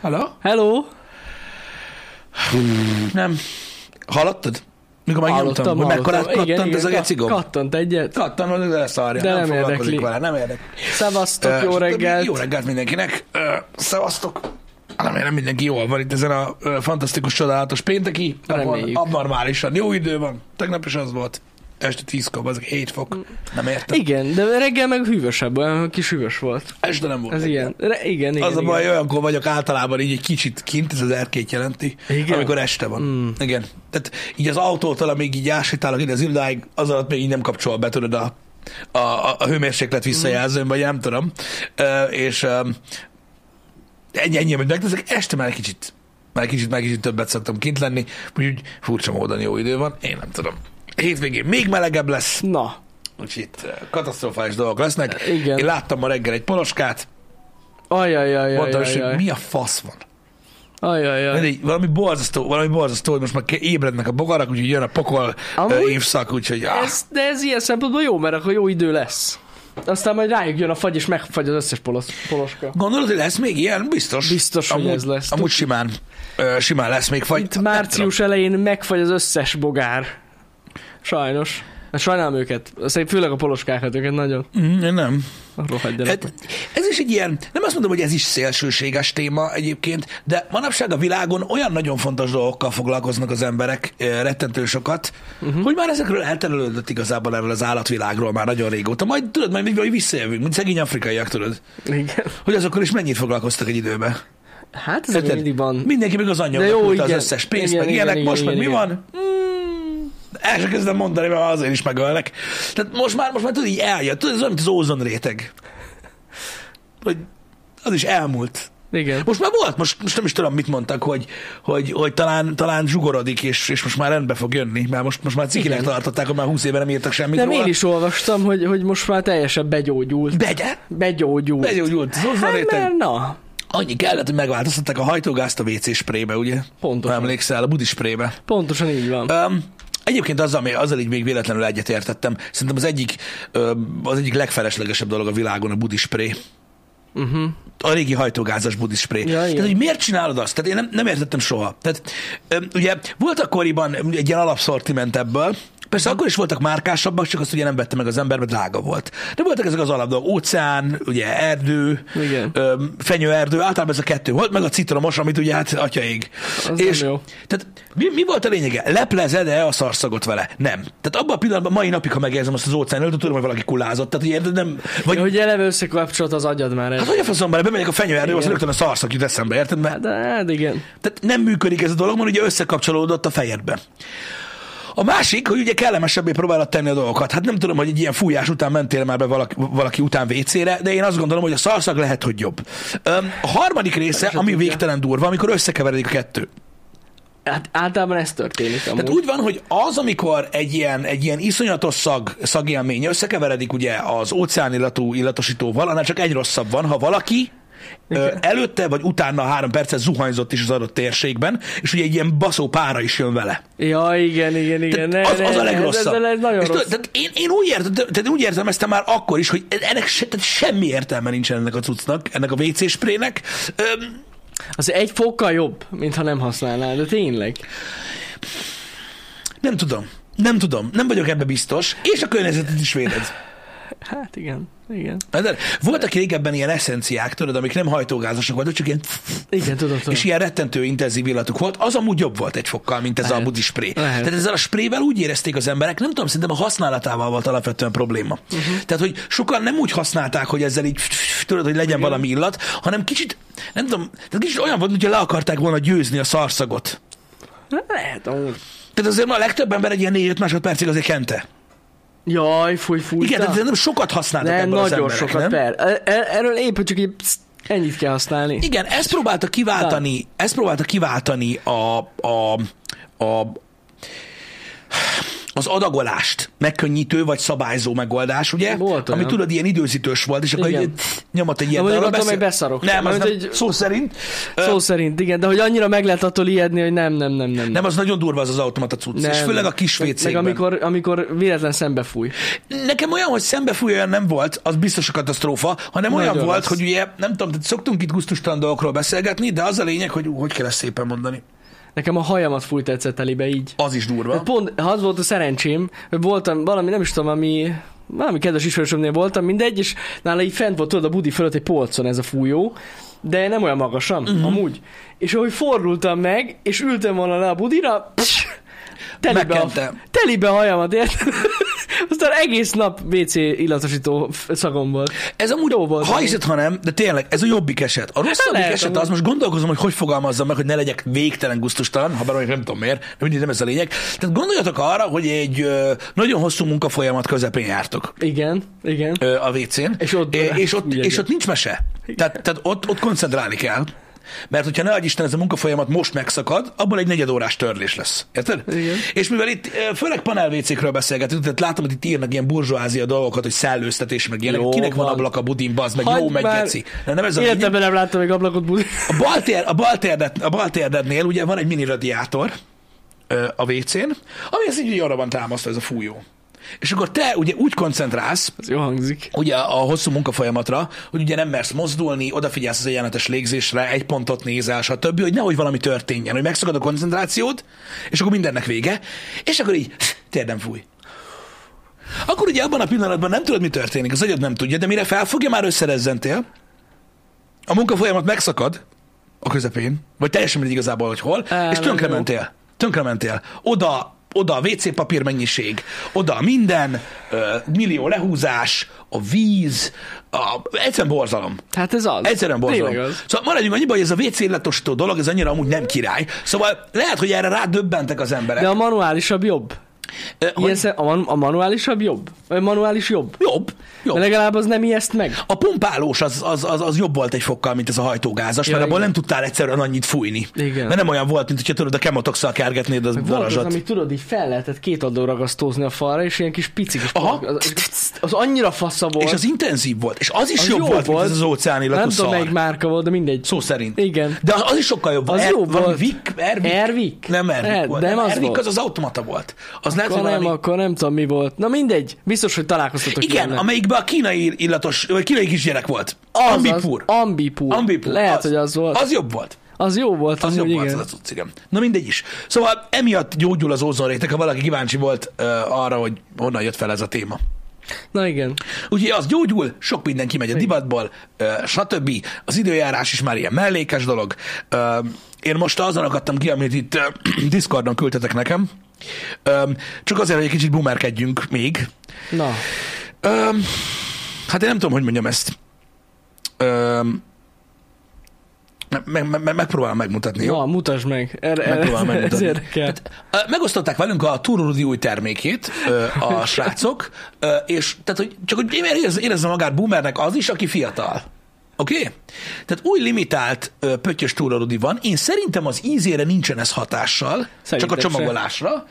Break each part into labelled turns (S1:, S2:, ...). S1: Hello?
S2: Hello!
S1: Nem. Hallottad? Mikor megnyomtam,
S2: Hallottam,
S1: hogy mekkorát
S2: hallottam.
S1: kattant
S2: Igen, igen,
S1: ez a
S2: ka-
S1: gecigom?
S2: Kattant egyet.
S1: Kattant, hogy leszarja.
S2: De
S1: nem,
S2: nem
S1: foglalkozik
S2: érdekli.
S1: Vele, nem érdekli.
S2: Szevasztok, jó
S1: Ö, hát,
S2: reggelt!
S1: Jó reggelt mindenkinek. Ö, Szevasztok. Remélem mindenki jól van itt ezen a ö, fantasztikus, csodálatos pénteki napon.
S2: Reméljük.
S1: Abnormálisan jó idő van. Tegnap is az volt. Este 10 kor, azok 7 fok. Nem értem.
S2: Igen, de reggel meg hűvösebb, olyan kis hűvös volt.
S1: Este nem volt.
S2: Ez
S1: reggel.
S2: ilyen. Re- igen, igen,
S1: Az a
S2: igen.
S1: baj, olyankor vagyok általában így egy kicsit kint, ez az erkét jelenti,
S2: Igen? Hmm.
S1: amikor este van. Mm. Igen. Tehát így az autótól, amíg így ásítálok ide az irodáig, az alatt még így nem kapcsol be, tudod, a, a, a, a hőmérséklet visszajelzőn, vagy nem tudom. Ö, és ö, ennyi, ennyi, amit megteszek, este már egy kicsit, már egy kicsit, már egy kicsit többet szoktam kint lenni, úgyhogy furcsa módon jó idő van, én nem tudom. Hétvégén még melegebb lesz,
S2: Na,
S1: úgyhogy itt ö, katasztrofális dolgok lesznek.
S2: Igen.
S1: Én láttam ma reggel egy poloskát,
S2: ajajajajajaj.
S1: mondtam is, hogy mi a fasz van. Ez
S2: Ajajaj.
S1: így, valami borzasztó, valami borzasztó, hogy most már ke- ébrednek a bogarak, úgyhogy jön a pokol
S2: Amúgy
S1: Amúgy? évszak, úgyhogy ah. áh,
S2: Ez, de ez ilyen szempontból jó, mert akkor jó idő lesz. Aztán majd rájuk jön a fagy, és megfagy az összes polosz, poloska.
S1: Gondolod, hogy lesz még ilyen? Biztos.
S2: Biztos, hogy
S1: amúgy,
S2: ez lesz.
S1: Amúgy simán, ö, simán lesz még fagy.
S2: Itt
S1: Nem
S2: március elején megfagy az összes bogár. Sajnos. De Sajnálom őket. Szerintem főleg a poloskákat, őket nagyon
S1: tudom. Mm, nem.
S2: rohadjanak.
S1: Hát, ez is egy ilyen, nem azt mondom, hogy ez is szélsőséges téma egyébként, de manapság a világon olyan nagyon fontos dolgokkal foglalkoznak az emberek ö, rettentő sokat,
S2: Mhm.
S1: uh-huh. hogy már ezekről elterülődött igazából erről az állatvilágról már nagyon régóta. Majd tudod, majd, majd visszajövünk, mint szegény afrikaiak, tudod.
S2: Igen.
S1: Hogy azokkal is mennyit foglalkoztak egy időben.
S2: Hát ez
S1: Érted?
S2: még mindig van.
S1: Mindenki meg az anyja
S2: De jó,
S1: küldte az
S2: igen.
S1: összes pénzt,
S2: Igen,
S1: meg
S2: igen,
S1: ilyenek,
S2: igen,
S1: most
S2: igen,
S1: meg mi
S2: igen.
S1: van? Mm, el se kezdem mondani, mert azért is megölnek. Tehát most már, most már tudod, így eljött. Tudod, ez olyan, mint az ózon réteg. Hogy az is elmúlt.
S2: Igen.
S1: Most már volt, most, most nem is tudom, mit mondtak, hogy, hogy, hogy talán, talán zsugorodik, és, és most már rendbe fog jönni, mert most, most már cikinek
S2: Igen.
S1: tartották, hogy már 20 éve nem írtak semmit
S2: Nem,
S1: róla.
S2: én is olvastam, hogy, hogy most már teljesen begyógyult.
S1: Begye?
S2: Begyógyult.
S1: Begyógyult az ózon
S2: Hát,
S1: réteg.
S2: mert na.
S1: Annyi kellett, hogy megváltoztatták a hajtógázt a WC sprébe, ugye? Ha
S2: Pontosan.
S1: emlékszel, a budi sprébe.
S2: Pontosan így van.
S1: Um, egyébként azzal, ami, azzal így még véletlenül egyetértettem. Szerintem az egyik, öm, az egyik legfeleslegesebb dolog a világon a budispré.
S2: Uh-huh.
S1: A régi hajtógázas budispré.
S2: Ja,
S1: Tehát,
S2: igen.
S1: hogy miért csinálod azt? Tehát én nem, nem értettem soha. Tehát, öm, ugye volt akkoriban egy ilyen alapszortiment ebből, Persze akkor is voltak márkásabbak, csak azt ugye nem vette meg az ember, mert drága volt. De voltak ezek az alapdolgok, óceán, ugye erdő,
S2: Igen.
S1: öm, fenyőerdő, általában ez a kettő volt, meg a citromos, amit ugye hát atyaig.
S2: Az
S1: és
S2: nem jó.
S1: Tehát mi, mi, volt a lényege? Leplezed-e a szarszagot vele? Nem. Tehát abban a pillanatban, mai napig, ha megérzem azt az óceánöltöt, tudom, hogy valaki kulázott. Tehát ugye, nem, vagy,
S2: Hogy, hogy eleve összekapcsolt az agyad már.
S1: hát
S2: Ez.
S1: hogy a faszomban, mert bemegyek a fenyőerdőbe, az
S2: Igen.
S1: rögtön a szarszak jut eszembe, érted? Mert
S2: De hát igen.
S1: tehát nem működik ez a dolog, mert ugye összekapcsolódott a fejedbe. A másik, hogy ugye kellemesebbé próbálod tenni a dolgokat. Hát nem tudom, hogy egy ilyen fújás után mentél már be valaki, valaki után vécére, de én azt gondolom, hogy a szarszag lehet, hogy jobb. Öm, A harmadik része, ami
S2: tudja.
S1: végtelen durva, amikor összekeveredik a kettő.
S2: Hát általában ez történik
S1: Tehát
S2: amúgy.
S1: Hát úgy van, hogy az, amikor egy ilyen, egy ilyen iszonyatos szag, szagélmény összekeveredik ugye az óceánillatú illatosítóval, annál csak egy rosszabb van, ha valaki ö, előtte vagy utána három percet zuhanyzott is az adott térségben, és ugye egy ilyen baszó pára is jön vele.
S2: Ja, igen, igen, igen. Ne,
S1: Tehát az,
S2: ne,
S1: az a
S2: ne,
S1: legrosszabb.
S2: Ez, ez, ez nagyon
S1: És
S2: rossz.
S1: tudod, Tehát én, én úgy, értem, tehát úgy értelmeztem már akkor is, hogy ennek se, tehát semmi értelme nincsen ennek a cuccnak, ennek a WC sprének. Öm,
S2: Az egy fokkal jobb, mintha nem használnál, de tényleg.
S1: nem tudom. Nem tudom. Nem vagyok ebbe biztos. És a környezetet is véded.
S2: Hát igen, igen.
S1: Érted? Voltak régebben ilyen eszenciák, tudod, amik nem hajtógázosak voltak, csak ilyen,
S2: Igen, tudom, tudom.
S1: és ilyen rettentő intenzív illatuk volt. Az amúgy jobb volt egy fokkal, mint ez Lehet.
S2: Lehet.
S1: a budi spré.
S2: Lehet.
S1: Tehát ezzel a sprével úgy érezték az emberek, nem tudom, szerintem a használatával volt alapvetően probléma. Uh-huh. Tehát, hogy sokan nem úgy használták, hogy ezzel így, tudod, hogy legyen valami illat, hanem kicsit, nem tudom, tehát kicsit olyan volt, mintha le akarták volna győzni a szarszagot.
S2: Lehet, amúgy.
S1: Tehát azért ma a legtöbb ember egy ilyen 4-5 másodpercig azért kente.
S2: Jaj, fúj, fúj.
S1: Igen, tehát nem sokat használtak
S2: de
S1: ebből az
S2: nagyon
S1: emberek,
S2: sokat,
S1: nem?
S2: per. E- e- Erről épp, hogy csak így pszt, ennyit kell használni.
S1: Igen, ezt próbálta kiváltani, ezt próbálta kiváltani a, a, a, a az adagolást megkönnyítő vagy szabályzó megoldás, ugye?
S2: Volt
S1: Ami
S2: olyan.
S1: tudod, ilyen időzítős volt, és akkor
S2: Igen.
S1: így, tsz, nyomott egy ilyet.
S2: Na,
S1: de
S2: mondjuk
S1: arra
S2: attól még
S1: beszél-
S2: beszarok.
S1: Nem, az
S2: Mert
S1: nem,
S2: egy-
S1: szó szerint.
S2: Szó szerint, igen, de hogy annyira meg lehet attól ijedni, hogy nem, nem, nem, nem.
S1: Nem, az nagyon durva az az automata cucc,
S2: nem.
S1: és főleg a kis
S2: Meg- Meg
S1: vécékben.
S2: amikor, amikor véletlen szembefúj.
S1: Nekem olyan, hogy szembefúj olyan nem volt, az biztos a katasztrófa, hanem olyan
S2: Nagyon
S1: volt,
S2: rossz.
S1: hogy ugye, nem tudom, tehát szoktunk itt gusztustalan dolgokról beszélgetni, de az a lényeg, hogy ú, hogy kell ezt szépen mondani.
S2: Nekem a hajamat fújt egyszer telibe így.
S1: Az is durva.
S2: Hát pont az volt a szerencsém, hogy voltam valami, nem is tudom, ami valami kedves ismerősömnél voltam, mindegy, és nála így fent volt, tudod, a budi fölött egy polcon ez a fújó, de nem olyan magasan,
S1: Mhm.
S2: uh-huh. amúgy. És ahogy fordultam meg, és ültem volna le a budira, pss, telibe, a,
S1: Megkente.
S2: telibe a hajamat, érted? Aztán egész nap WC illatosító f- szagom volt.
S1: Ez amúgy,
S2: Jó volt,
S1: ha
S2: amúgy.
S1: hiszed, ha nem, de tényleg, ez a jobbik eset. A rosszabbik
S2: Lehet,
S1: eset
S2: amúgy.
S1: az, most gondolkozom, hogy hogy fogalmazzam meg, hogy ne legyek végtelen gusztustalan, ha bár mondjuk nem tudom miért, de mindig nem ez a lényeg. Tehát gondoljatok arra, hogy egy ö, nagyon hosszú munkafolyamat közepén jártok
S2: Igen, igen.
S1: ö, a WC-n,
S2: És ott-
S1: és, és, ott,
S2: ugye,
S1: és
S2: igen.
S1: ott nincs mese. Tehát, tehát ott, ott koncentrálni kell. Mert hogyha ne adj Isten, ez a munkafolyamat most megszakad, abból egy negyedórás törlés lesz. Érted?
S2: Igen.
S1: És mivel itt ö, főleg panelvécékről beszélgetünk, tehát látom, hogy itt írnak ilyen burzsóázia dolgokat, hogy szellőztetés, meg ilyenek.
S2: Jó
S1: Kinek van,
S2: van.
S1: ablak a budin, bazd meg,
S2: Hagyd
S1: jó, meg
S2: már.
S1: geci. De nem ez a lényeg.
S2: Életemben nem láttam még ablakot budi.
S1: A bal, tér, a, bal térdet, a bal térdednél ugye van egy mini radiátor ö, a WC-n, ami az így, hogy arra van támasztva ez a fújó. És akkor te ugye úgy koncentrálsz,
S2: Ez jó hangzik.
S1: ugye a hosszú munkafolyamatra, hogy ugye nem mersz mozdulni, odafigyelsz az egyenletes légzésre, egy pontot nézel, stb., hogy nehogy valami történjen, hogy megszakad a koncentrációd, és akkor mindennek vége, és akkor így térdem fúj. Akkor ugye abban a pillanatban nem tudod, mi történik, az agyad nem tudja, de mire felfogja, már összerezzentél, a munkafolyamat megszakad a közepén, vagy teljesen mindegy igazából, hogy hol,
S2: Á,
S1: és
S2: nem
S1: tönkre
S2: jó.
S1: mentél. Tönkre mentél. Oda, oda a WC papír mennyiség, oda minden, ö, millió lehúzás, a víz, a, egyszerűen borzalom.
S2: Hát ez az.
S1: Egyszerűen borzalom.
S2: Tényleg az.
S1: Szóval maradjunk annyiba, hogy ez a WC illatosító dolog, ez annyira amúgy nem király. Szóval lehet, hogy erre rádöbbentek az emberek.
S2: De a manuálisabb jobb.
S1: Ö, hogy
S2: Ilyen szem, a, man, a manuálisabb jobb? A manuális jobb?
S1: Jobb, jobb.
S2: De legalább az nem ijeszt meg.
S1: A pumpálós az, az, az, az jobb volt egy fokkal, mint ez a hajtógázas,
S2: Ja,
S1: mert abból
S2: igen.
S1: nem tudtál egyszerűen annyit fújni.
S2: Igen. Hát
S1: Mert nem olyan volt, mint hogyha tudod, a kemotokszal kergetnéd az
S2: Volt az,
S1: darazsat.
S2: amit tudod, így fel lehetett két adó ragasztózni a falra, és ilyen kis pici kis
S1: Aha.
S2: palag- Az, az, annyira fassa volt.
S1: És az intenzív volt, és az is
S2: Az
S1: jobb
S2: jó
S1: volt, mint
S2: volt.
S1: ez az Szóval óceán
S2: nem
S1: illatú
S2: tudom,
S1: szar.
S2: melyik márka volt, de mindegy.
S1: Szó szerint.
S2: Igen.
S1: De az, az is sokkal jobb.
S2: Az
S1: Er-
S2: jó
S1: valami
S2: volt.
S1: Vik, Ervik?
S2: Ervik?
S1: Nem Ervik
S2: Ne,
S1: volt.
S2: nem az
S1: Ervik
S2: volt.
S1: az az automata volt. Az lehet, hogy
S2: Akkor nem,
S1: valami...
S2: akkor nem tudom, mi volt. Na mindegy, biztos, hogy találkoztatok
S1: Szóval Igen,
S2: ilyennel.
S1: amelyikben a kínai illatos, vagy kínai kisgyerek volt.
S2: az,
S1: Ambipur.
S2: Az, ambipur.
S1: Ambipur.
S2: Lehet, hogy az volt. Az,
S1: Az jobb volt.
S2: az jó volt,
S1: Az
S2: amúgy,
S1: jobb volt
S2: igen.
S1: az a cucc, igen. Na mindegy is. Szóval emiatt gyógyul az ózonréteg, ha valaki kíváncsi volt uh, arra, hogy honnan jött fel ez a téma.
S2: Na igen.
S1: Úgyhogy az gyógyul, sok minden kimegy a divatból, uh, stb. Az időjárás is már ilyen mellékes dolog. Uh, én most azon akadtam ki, amit itt uh, Discordon küldtetek nekem. Um, csak azért, hogy egy kicsit bumerkedjünk még.
S2: Na,
S1: Um, hát én nem tudom, hogy mondjam ezt. Um, meg, meg, meg, megpróbálom megmutatni, jó?
S2: na mutasd meg. Er- Erre,
S1: Megpróbálom
S2: erre, ez
S1: megmutatni.
S2: érdekel.
S1: Ö, Megosztották velünk a Tururudi új termékét ö, a srácok, ö, és tehát, hogy csak hogy érez- érezze magát boomernek az is, aki fiatal. Oké? Okay? Tehát új limitált ö, pöttyös túrarudi van. Én szerintem az ízére nincsen ez hatással,
S2: Szerintem
S1: csak a
S2: se.
S1: csomagolásra.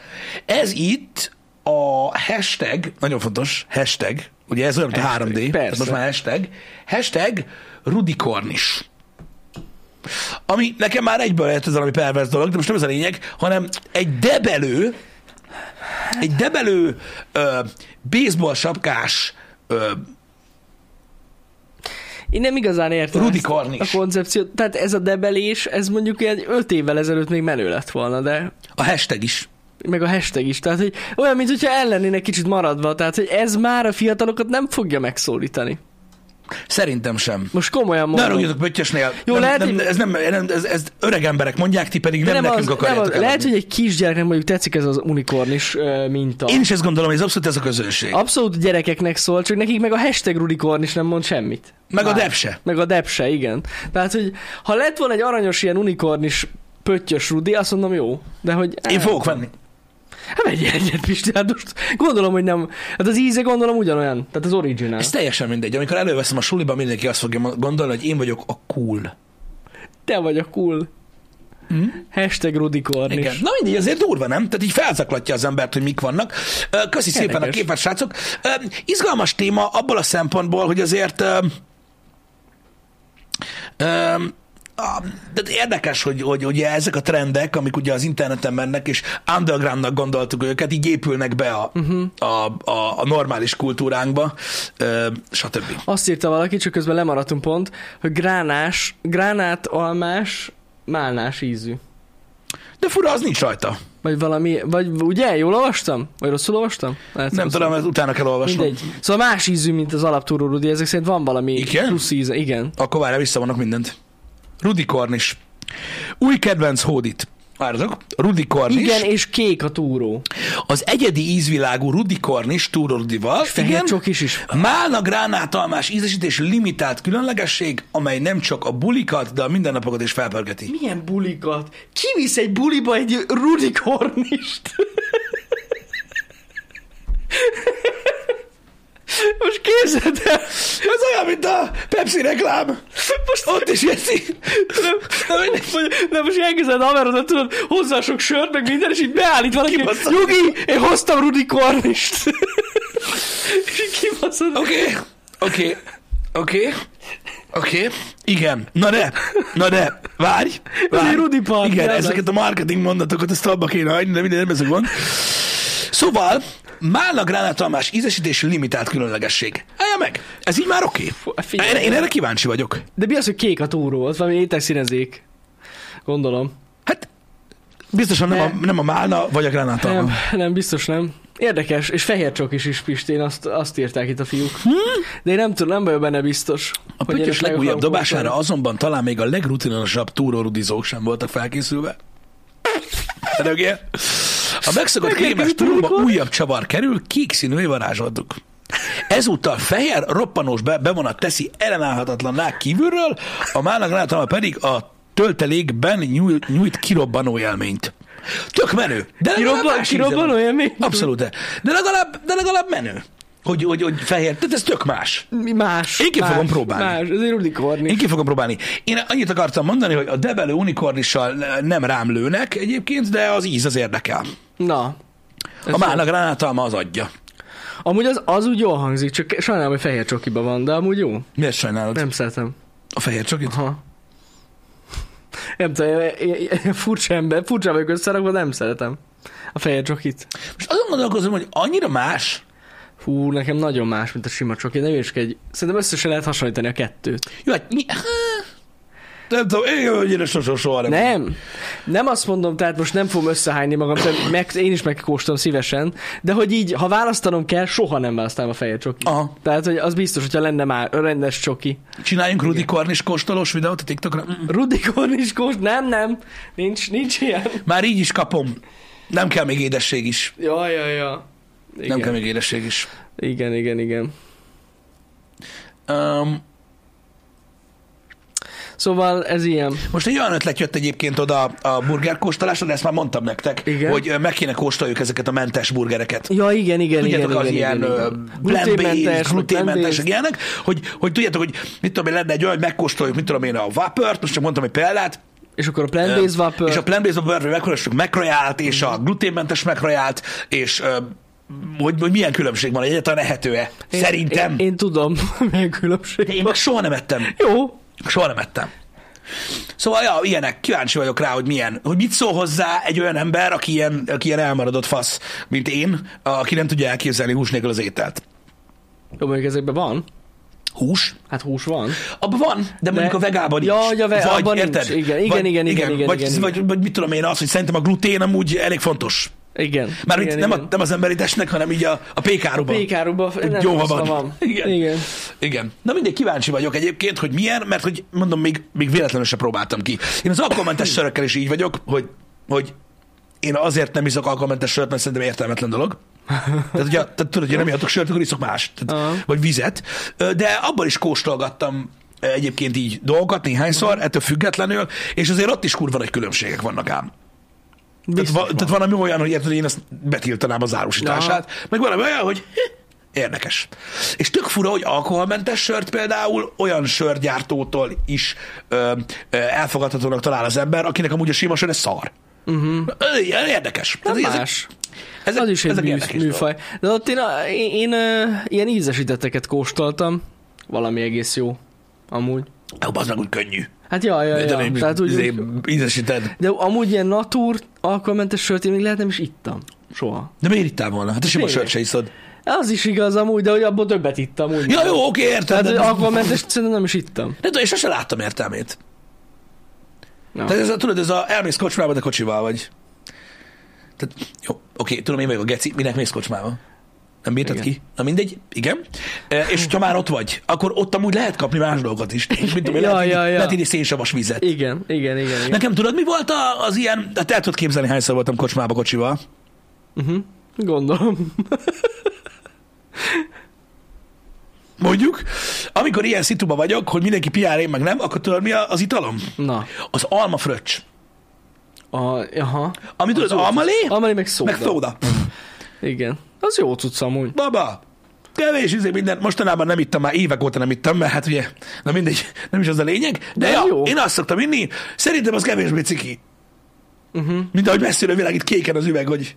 S1: Ez itt a hashtag, nagyon fontos, hashtag, ugye ez olyan, mint a 3D,
S2: persze.
S1: ez most már hashtag, hashtag rudikornis. Ami nekem már egyből lehet ez valami pervers dolog, de most nem ez a lényeg, hanem egy debelő, egy debelő ö, baseball sapkás ö,
S2: Én nem igazán értem
S1: Rudi
S2: ezt
S1: Kornis.
S2: a koncepciót. Tehát ez a debelés, ez mondjuk ilyen 5 évvel ezelőtt még menő lett volna, de
S1: a hashtag is.
S2: meg a hashtag is. Tehát, hogy olyan, mint hogyha ellenének kicsit maradva. Tehát, hogy ez már a fiatalokat nem fogja megszólítani.
S1: Szerintem sem.
S2: Most komolyan
S1: Ne
S2: mondom.
S1: rúgjatok pöttyösnél.
S2: Jó,
S1: nem,
S2: lehet,
S1: nem,
S2: hogy-
S1: ez nem, nem ez, ez, öreg emberek mondják, ti pedig
S2: De
S1: nem, nem nekünk
S2: az, nem az,
S1: akarjátok
S2: lehet,
S1: eladni.
S2: hogy egy kisgyereknek mondjuk tetszik ez az unikornis ö, minta.
S1: Én is ezt gondolom, hogy ez abszolút ez a közönség.
S2: Abszolút gyerekeknek szól, csak nekik meg a hashtag rudikornis nem mond semmit.
S1: Meg a
S2: Már.
S1: dev se.
S2: Meg a depse, igen. Tehát, hogy ha lett volna egy aranyos ilyen unikornis pöttyös Rudi, azt mondom jó. De hogy... eh.
S1: Én fogok venni.
S2: Hát vegyél egyet, Pisti, hát most gondolom, hogy nem. Hát az íze gondolom ugyanolyan, tehát az originál.
S1: Ez teljesen mindegy. Amikor előveszem a suliba, mindenki azt fogja gondolni, hogy én vagyok a cool.
S2: Te vagy a cool. Mm. Hashtag Rudi Kornis.
S1: Hm? Igen. Na mindig, azért durva, nem? Tehát így felzaklatja az embert, hogy mik vannak. Ö, Köszi Érdekes. szépen a
S2: Érdekes.
S1: képet, srácok. Ö, Izgalmas téma abból a szempontból, hogy azért ö, Öm, a- tehát érdekes, hogy, hogy ugye ezek a trendek, amik ugye az interneten mennek, és undergroundnak gondoltuk őket, így épülnek be a,
S2: Mhm.
S1: uh-huh. a, a, a normális kultúránkba, ö, stb.
S2: Azt írta valaki, csak közben lemaradtunk pont, hogy gránás, gránát, almás, málnás ízű.
S1: De fura, az nincs rajta.
S2: Vagy valami, vagy ugye, jól olvastam? Vagy rosszul olvastam? Lehet,
S1: Nem
S2: rosszul.
S1: tudom, ez utána kell olvasnom.
S2: Mindegy. Szóval más ízű, mint az alaptúró Rudi, ezek szerint van valami
S1: Igen?
S2: plusz íze. Igen.
S1: Akkor várjál, visszavonok mindent. Rudi Kornis. Új kedvenc hódit. Várjatok. Rudi Kornis.
S2: Igen, és kék a túró.
S1: Az egyedi ízvilágú Rudi Kornis Túró Rudival.
S2: És fehér csokis is.
S1: Málna gránátalmás ízesítés limitált különlegesség, amely nem csak a bulikat, de a mindennapokat is felpörgeti.
S2: Milyen bulikat? Ki visz egy buliba egy Rudi Kornist? Most képzeld el!
S1: Ez olyan, mint a Pepsi reklám. Most ott is eszi.
S2: Nem, nem, vagy- nem most elkezded haverodat, tudod, hozzá sok sört, meg minden, és így beállít valaki,
S1: Kibaszod.
S2: Kibaszod. Jugi, én hoztam Rudi Kornist. és így kibaszod.
S1: Oké, oké, oké, oké. Igen. Na de, na de, várj. várj.
S2: egy Rudi Park,
S1: Igen,
S2: de az
S1: ezeket a marketing mondatokat, ezt abba kéne hagyni, de minden nem ez a gond. Szóval, Málna gránátalmás ízesítés limitált különlegesség. Állja meg, ez így már oké.
S2: figyelj.
S1: Én, én erre kíváncsi vagyok.
S2: De mi az, hogy kék a túró? Az valami ételszínezék. Gondolom.
S1: Hát, biztosan nem,
S2: Nem.
S1: a, nem a Málna vagy a gránátalma.
S2: Nem, nem, biztos nem. Érdekes, és fehér csok is is, Pistén, azt, azt írták itt a fiúk.
S1: Hm?
S2: De én nem tudom, nem vagyok benne biztos.
S1: A
S2: hogy ennek
S1: pöttyös
S2: meg
S1: legújabb
S2: akarom
S1: dobására
S2: kóstolni.
S1: azonban talán még a legrutinosabb túrórudizók sem voltak felkészülve. Rögje. A megszokott
S2: Megérkezett
S1: krémes
S2: a
S1: túróba
S2: rudikor.
S1: újabb csavar kerül, kék színűvé varázsoltuk. Ezúttal fehér, roppanós be- bevonat teszi ellenállhatatlanná kívülről, a málnak látalma pedig a töltelékben nyújt, nyújt kirobbanó élményt. Tök menő. De legalább
S2: Kirobban,
S1: más íze van.
S2: kirobban olyan még?
S1: Abszolút, de, de, legalább, de legalább menő. Hogy, hogy, hogy fehér, tehát ez tök más.
S2: Mi Más.
S1: Én ki
S2: más,
S1: fogom próbálni.
S2: Más, ez egy rudikorni.
S1: Én ki fogom próbálni. Én annyit akartam mondani, hogy a debelő unikornissal eh, nem rám lőnek egyébként, de az íz az érdekel.
S2: Na. Ez
S1: A málna gránátalma az adja.
S2: Amúgy az, az úgy jól hangzik, csak sajnálom, hogy fehér csokiba van, de amúgy jó.
S1: Miért sajnálod?
S2: Nem szeretem.
S1: A fehér csokit?
S2: Aha. Nem tudom, én- én- én furcsa ember, furcsa vagyok összerakva, nem szeretem. A fehér csokit.
S1: Most azon gondolkozom, hogy annyira más.
S2: Hú, nekem nagyon más, mint a sima csoki, nem is egy. Szerintem összesen lehet hasonlítani a kettőt.
S1: Jó, hát mi... Há, Nem tudom, én hogy én sosem soha nem.
S2: Nem, nem azt mondom, tehát most nem fogom összehányni magam, tehát meg, én is megkóstolom szívesen, de hogy így, ha választanom kell, soha nem választanám a fehér csoki.
S1: Aha.
S2: Tehát, hogy az biztos, hogyha lenne már rendes csoki.
S1: Csináljunk Rudi Kornis kóstolós videót a TikTokra. Mm.
S2: Rudikon is kóst, nem, nem, nincs, nincs ilyen.
S1: Már így is kapom. Nem kell még édesség is.
S2: Ja, ja, ja. Igen.
S1: Nem kell még édesség is.
S2: igen, igen, igen.
S1: Um,
S2: Szóval ez ilyen.
S1: Most egy olyan ötlet jött egyébként oda a burgerkóstolásra, de ezt már mondtam nektek,
S2: Igen.
S1: hogy ö, meg kéne kóstoljuk ezeket a mentes burgereket.
S2: Ja, igen, igen,
S1: Tudjátok,
S2: igen,
S1: az
S2: igen,
S1: ilyen
S2: igen,
S1: ö,
S2: igen.
S1: blendbase,
S2: Gluténmentes, meg
S1: gluténmentes,
S2: plant-based.
S1: ilyenek, hogy, hogy tudjátok, hogy mit tudom én, lenne egy olyan, hogy megkóstoljuk, mit tudom én, a vapört, most csak mondtam egy példát,
S2: És akkor a plant-based vapor.
S1: és a plant-based vapört megkóstoljuk mekrajált, és a gluténmentes mekrajált, és ö, hogy, hogy milyen különbség van, hogy egyáltalán ehető-e?
S2: Én-
S1: Szerintem.
S2: Én, én tudom, milyen különbség.
S1: De én meg soha nem ettem.
S2: Jó.
S1: Soha nem ettem. Szóval, ja, ilyenek, kíváncsi vagyok rá, hogy milyen, hogy mit szól hozzá egy olyan ember, aki ilyen, aki ilyen elmaradott fasz, mint én, aki nem tudja elképzelni hús nélkül az ételt.
S2: Jó, mondjuk ezekben van.
S1: Hús?
S2: Hát hús van.
S1: Abban van, de mondjuk a vegában
S2: Ja,
S1: nincs.
S2: hogy a ve-
S1: vagy,
S2: abban nincs.
S1: érted?
S2: Igen, igen,
S1: vagy,
S2: igen, igen, igen,
S1: vagy,
S2: igen,
S1: vagy, vagy, mit tudom én, az, hogy szerintem a glutén amúgy elég fontos.
S2: Igen.
S1: Már
S2: igen,
S1: itt nem, a,
S2: igen.
S1: nem az emberi testnek, hanem így a, a pékáruban.
S2: Pékáruba nem
S1: Jóval
S2: rossz,
S1: van.
S2: ha van.
S1: Igen.
S2: igen.
S1: Igen. Na mindegy, kíváncsi vagyok egyébként, hogy milyen, mert hogy mondom, még, még véletlenül se próbáltam ki. Én az alkoholmentes sörökkel is így vagyok, hogy, hogy én azért nem iszok alkoholmentes sört, mert szerintem értelmetlen dolog. Tehát, ugye, tehát tudod, hogy nem ihatok sört, akkor iszok más, tehát,
S2: Aha.
S1: vagy vizet. Ö, De abban is kóstolgattam ö, egyébként így dolgokat néhányszor, ettől függetlenül, és azért ott is kurva nagy különbségek vannak ám. Tehát,
S2: Biztos
S1: va,
S2: van.
S1: tehát van, ami olyan, hogy érted, hogy én ezt betiltanám az árusítását, meg valami olyan, hogy Érdekes. És tök fura, hogy alkoholmentes sört például olyan sörgyártótól is ö, ö, elfogadhatónak talál az ember, akinek amúgy a sima sör ez szar. Uh-huh. Érdekes.
S2: Mhm. Nem
S1: ezek-
S2: más.
S1: Ezek,
S2: az is egy
S1: ezek
S2: mű,
S1: érdekes dolgok.
S2: műfaj. De ott én, a- én, én ö, ilyen ízesítetteket kóstoltam. Valami egész jó. Amúgy.
S1: Ó, bazd meg úgy könnyű.
S2: Hát ja, ja,
S1: De
S2: ja.
S1: nem,
S2: Tehát úgy,
S1: izé,
S2: úgy,
S1: ízesíted.
S2: de amúgy ilyen natúr, alkoholmentes sört én még lehet nem is ittam. Soha.
S1: De miért ittál volna? Hát a sima
S2: Tényleg.
S1: sört se iszod.
S2: Az is igaz amúgy, de hogy abból többet ittam. Úgy
S1: Ja, jó, oké, érted.
S2: Tehát
S1: De,
S2: ö,
S1: de,
S2: alkoholmentes szerintem nem is ittam.
S1: de, és sose láttam értelmét.
S2: Ja.
S1: Tehát ez a, tudod, ez a elmész kocsmába, de kocsival vagy. Tehát, jó, oké, tudom én vagyok a geci, minek mész kocsmába? Nem bírtad
S2: Igen.
S1: ki? Na mindegy, igen. E, és ha már ott vagy, akkor ott amúgy lehet kapni más dolgokat is. És mint tudom, én,
S2: Ja,
S1: lehet,
S2: ja,
S1: inni-
S2: ja.
S1: lehet inni szénsavas vizet.
S2: Igen, igen, igen. igen.
S1: Nekem tudod, mi volt a- az ilyen, hát el tudod képzelni, hányszor voltam kocsmába kocsival.
S2: Uh-huh. Gondolom.
S1: Mondjuk, amikor ilyen szituba vagyok, hogy mindenki piár, én meg nem, akkor tudod, mi a- az italom?
S2: Na.
S1: Az alma fröccs.
S2: A, aha.
S1: Ami tudod, az almalé,
S2: Amely meg szóda.
S1: meg szóda.
S2: Igen. Az jó cucc amúgy.
S1: Baba, kevés izé minden, mostanában nem ittam már, évek óta nem ittam, mert hát ugye, na mindegy, nem is az a lényeg, de,
S2: De
S1: ja,
S2: jó.
S1: én azt szoktam inni, szerintem az kevésbé ciki. Uh-huh. Mint ahogy messziről világít kéken az üveg, hogy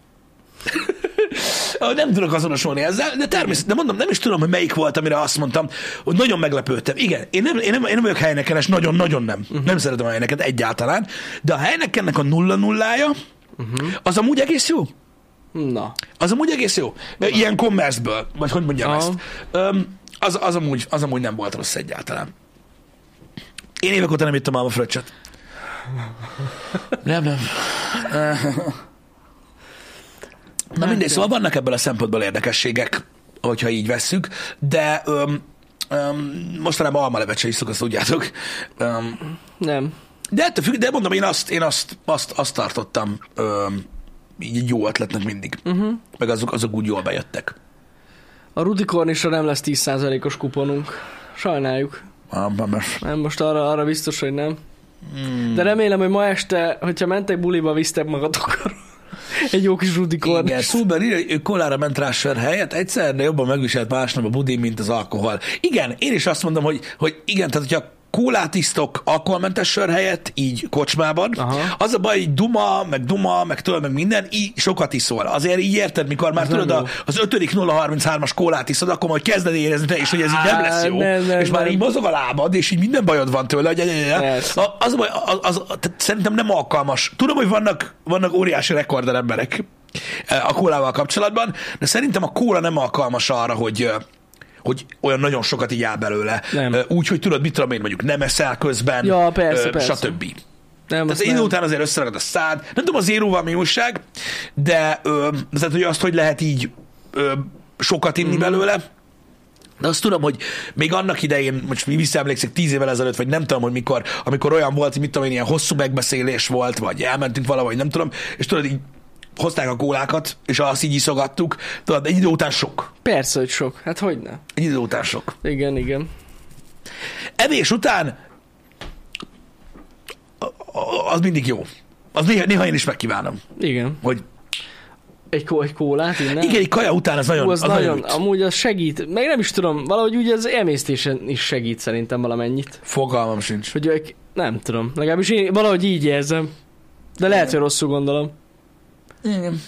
S1: nem tudok azonosulni ezzel, de természetesen, de mondom, nem is tudom, hogy melyik volt, amire azt mondtam, hogy nagyon meglepődtem. Igen, én nem, én nem, én nem vagyok helynekenes, nagyon-nagyon nem. Uh-huh. Nem szeretem a helyneket egyáltalán, de a helynekennek a nulla nullája, uh-huh. az amúgy egész jó.
S2: Na.
S1: Az amúgy egész jó. Ilyen commerce-ből, vagy hogy mondjam
S2: Aha.
S1: ezt. Öm, az, az, amúgy, az amúgy nem volt rossz egyáltalán. Én évek óta nem ittam alma fröccsöt. Nem, nem. Na mindegy, szóval vannak ebből a szempontból érdekességek, hogyha így vesszük, de öm, öm, mostanában almalevet se iszok, azt tudjátok. Öm,
S2: Nem.
S1: de ettől függ, de mondom, én azt, én azt, azt, azt tartottam öm, így egy jó ötletnek mindig. Uh-huh. Meg azok, azok úgy jól bejöttek.
S2: A Rudi Kornisra nem lesz 10%-os kuponunk. Sajnáljuk.
S1: Ám, ám, ám.
S2: Nem, most arra, arra biztos, hogy nem. Hmm. De remélem, hogy ma este, hogyha mentek buliba, visztek magatokkal egy jó kis Rudi
S1: Igen,
S2: Kornis.
S1: Szuber írja, hogy ő kolára ment rá sör helyett, egyszerre jobban megviselt másnap a budi, mint az alkohol. Igen, én is azt mondom, hogy, hogy igen, tehát hogyha kólát isztok alkoholmentes sör helyett, így kocsmában, Aha.
S2: Aha.
S1: az a baj, hogy duma, meg duma, meg től, meg minden, így sokat iszol. Azért így érted, mikor már
S2: nem
S1: tudod a,
S2: jó.
S1: az 5. 033-as kólát iszod, akkor majd kezded érezni te is, hogy ez így nem
S2: Á,
S1: lesz jó.
S2: nem, nem,
S1: és már
S2: nem.
S1: így mozog a lábad, és így minden bajod van tőle, hogy
S2: Persze.
S1: a- az, a baj, az, az, tehát szerintem nem alkalmas. Tudom, hogy vannak, vannak óriási rekorder emberek eh, a kólával kapcsolatban, de szerintem a kóla nem alkalmas arra, hogy eh, hogy olyan nagyon sokat így áll belőle.
S2: Nem.
S1: Eh, Úgy, hogy tudod, mit tudom én, mondjuk nem eszel közben,
S2: Ja, persze,
S1: eh,
S2: persze.
S1: stb.
S2: Nem, azt
S1: Tehát idő
S2: nem.
S1: után azért összeragad a szád. Nem tudom, az éróval mi újság, de ö, tehát, hogy azt, hogy lehet így ö, sokat
S2: Mhm.
S1: inni mm-hmm. belőle, de azt tudom, hogy még annak idején, most mi visszaemlékszek tíz évvel ezelőtt, vagy nem tudom, hogy mikor, amikor olyan volt, hogy mit tudom én, ilyen hosszú megbeszélés volt, vagy elmentünk valahogy, nem tudom, és tudod, így hozták a kólákat, és azt így iszogattuk, tudod, egy idő után sok.
S2: Persze, hogy sok. Hát hogy ne.
S1: Egy idő után sok.
S2: Igen, igen.
S1: Evés után a- a- az mindig jó. Az néha, néha én is megkívánom,
S2: Igen.
S1: hogy
S2: Egy, kó, egy kólát innen.
S1: Igen, egy kaja után az nagyon,
S2: Hú, az, nagyon,
S1: üt.
S2: amúgy az segít. Meg nem is tudom, valahogy ugye az emésztésen is segít szerintem valamennyit.
S1: Fogalmam sincs.
S2: Hogy ők, nem tudom, legalábbis én valahogy így érzem. De lehet, hogy rosszul gondolom.
S1: Igen.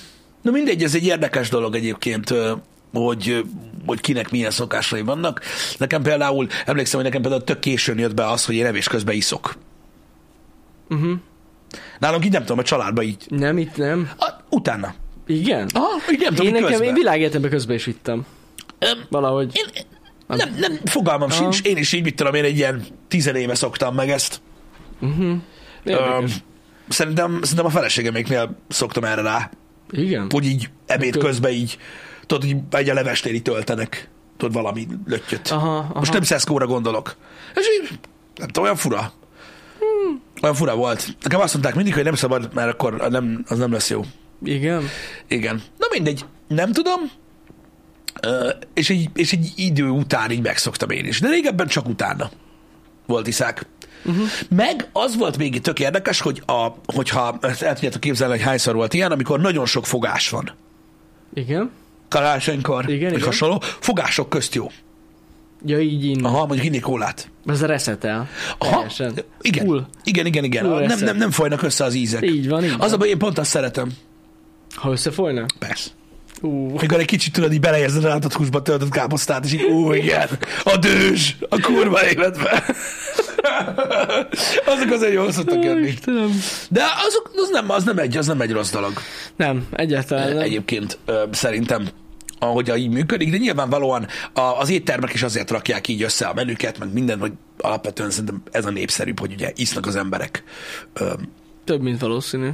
S1: Na mindegy, ez egy érdekes dolog egyébként, ö, hogy, ö, hogy kinek milyen szokásai vannak. Nekem például, emlékszem, hogy nekem például tök későn jött be az, hogy én evés közben iszok.
S2: Uh-huh.
S1: Nálunk így nem tudom, a családban így.
S2: Nem, itt nem.
S1: A, utána.
S2: Igen?
S1: Ah, így nem tudom, hogy
S2: Én nekem,
S1: közben.
S2: én világéletemben közben is ittam.
S1: Öm,
S2: Valahogy.
S1: Én, nem, nem, fogalmam
S2: Aha.
S1: sincs. Én is így, mit tudom, én egy ilyen tizenéve szoktam meg ezt. Öm,
S2: Érdekes.
S1: szerintem, szerintem a feleségeméknél szoktam erre rá,
S2: Igen?
S1: hogy így ebéd
S2: Kö-
S1: közben így, tudod, így egy a levesnél így töltenek, tudod, valami lötyöt.
S2: Aha, aha.
S1: Most nem Szeszkóra gondolok. És így, nem tudom, olyan fura.
S2: Hmm.
S1: Olyan fura volt. Nekem azt mondták mindig, hogy nem szabad, mert akkor nem, az nem lesz jó.
S2: Igen?
S1: Igen. Na mindegy, nem tudom. Ö, és, egy, és egy idő után így megszoktam én is. De régebben csak utána volt iszák.
S2: Mhm.
S1: Uh-huh. Meg az volt még itt tök érdekes, hogy a, hogyha ezt el tudjátok képzelni, hogy hányszor volt ilyen, amikor nagyon sok fogás van.
S2: Igen?
S1: karácsonykor,
S2: Igen,
S1: vagy
S2: igen.
S1: hasonló. Fogások közt jó.
S2: Ja, így inni.
S1: Aha, mondjuk inni kólát.
S2: Ez reszetel.
S1: Aha,
S2: Teljesen.
S1: igen,
S2: Full.
S1: igen, igen, igen.
S2: Full
S1: nem,
S2: recept.
S1: nem, nem folynak össze az ízek.
S2: Így van, így van.
S1: Az a baj, én pont azt szeretem.
S2: Ha összefolyna?
S1: Persze.
S2: Ú,
S1: Mikor egy kicsit tudod, így beleérzed a rántott húsba töltött káposztát, és így, ó, igen, a dős, a kurva életben. Azok azért jól szoktak jönni.
S2: Istenem.
S1: De azok, az nem, az nem egy, az nem egy rossz dolog.
S2: Nem, egyáltalán nem.
S1: Egyébként ö, szerintem ahogy így működik, de nyilvánvalóan a- az éttermek is azért rakják így össze a menüket, meg minden, hogy alapvetően szerintem ez a népszerűbb, hogy ugye isznak az emberek ö,
S2: Több, mint valószínű.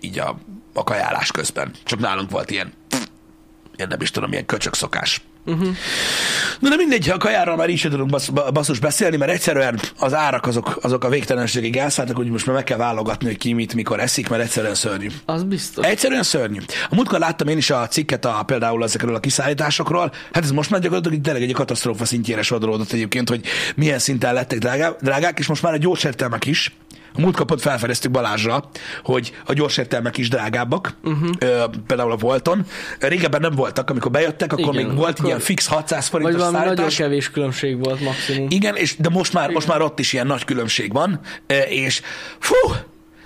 S1: így a, a kajálás közben. Csak nálunk volt ilyen, én nem is tudom, ilyen köcsök szokás. Uh-huh. Na de mindegy, a kajáról már így sem tudunk bassz, basszus beszélni, mert egyszerűen az árak azok, azok a végtelenségig elszálltak, úgyhogy most már meg kell válogatni, hogy ki mit, mikor eszik, mert egyszerűen szörnyű.
S2: Az biztos.
S1: Egyszerűen szörnyű. A múltkor láttam én is a cikket a, például ezekről a kiszállításokról. Hát ez most már gyakorlatilag itt tényleg egy katasztrófa szintjére sodródott egyébként, hogy milyen szinten lettek drágá- drágák, és most már a gyorsértelmek is. A múltkor pont felfedeztük Balázsra, hogy a gyorsértelmek is drágábbak,
S2: Mhm.
S1: uh-huh. ö, például a Volton. Régebben nem voltak, amikor bejöttek, akkor Igen,
S2: Igen,
S1: még volt
S2: akkor-
S1: ilyen fix 600
S2: Vagy
S1: forintos
S2: valami nagyon
S1: szállítás.
S2: kevés különbség volt maximum.
S1: Igen, és, de most már, most már ott is ilyen nagy különbség van, e, és fú,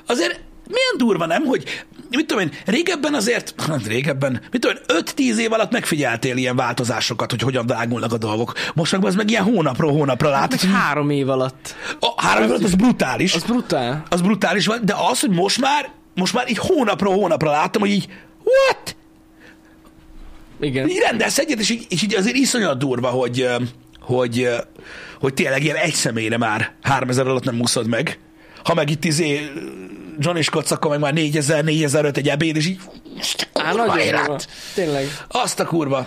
S1: azért milyen durva, nem, hogy mit tudom én, régebben azért, hát régebben, mit tudom én, 5-10 év alatt megfigyeltél ilyen változásokat, hogy hogyan drágulnak a dolgok. Most meg az meg ilyen hónapról hónapra látod.
S2: Egy
S1: hogy
S2: három év alatt.
S1: A három év alatt az brutális.
S2: Hát Az brutál.
S1: Az brutális volt, de az, hogy most már, most már így hónapról hónapra láttam, hogy így, what?
S2: Igen.
S1: Így rendelsz egyet, és így, és így azért iszonyat durva, hogy, ö, hogy, ö, hogy tényleg ilyen egy személyre már 3000 alatt nem úszod meg. Ha meg itt izé John és Kocz, akkor meg már 4000, 4005 egy ebéd, és így
S2: Á,
S1: kurva
S2: nagyon durva.
S1: élet.
S2: Tényleg.
S1: Azt a kurva.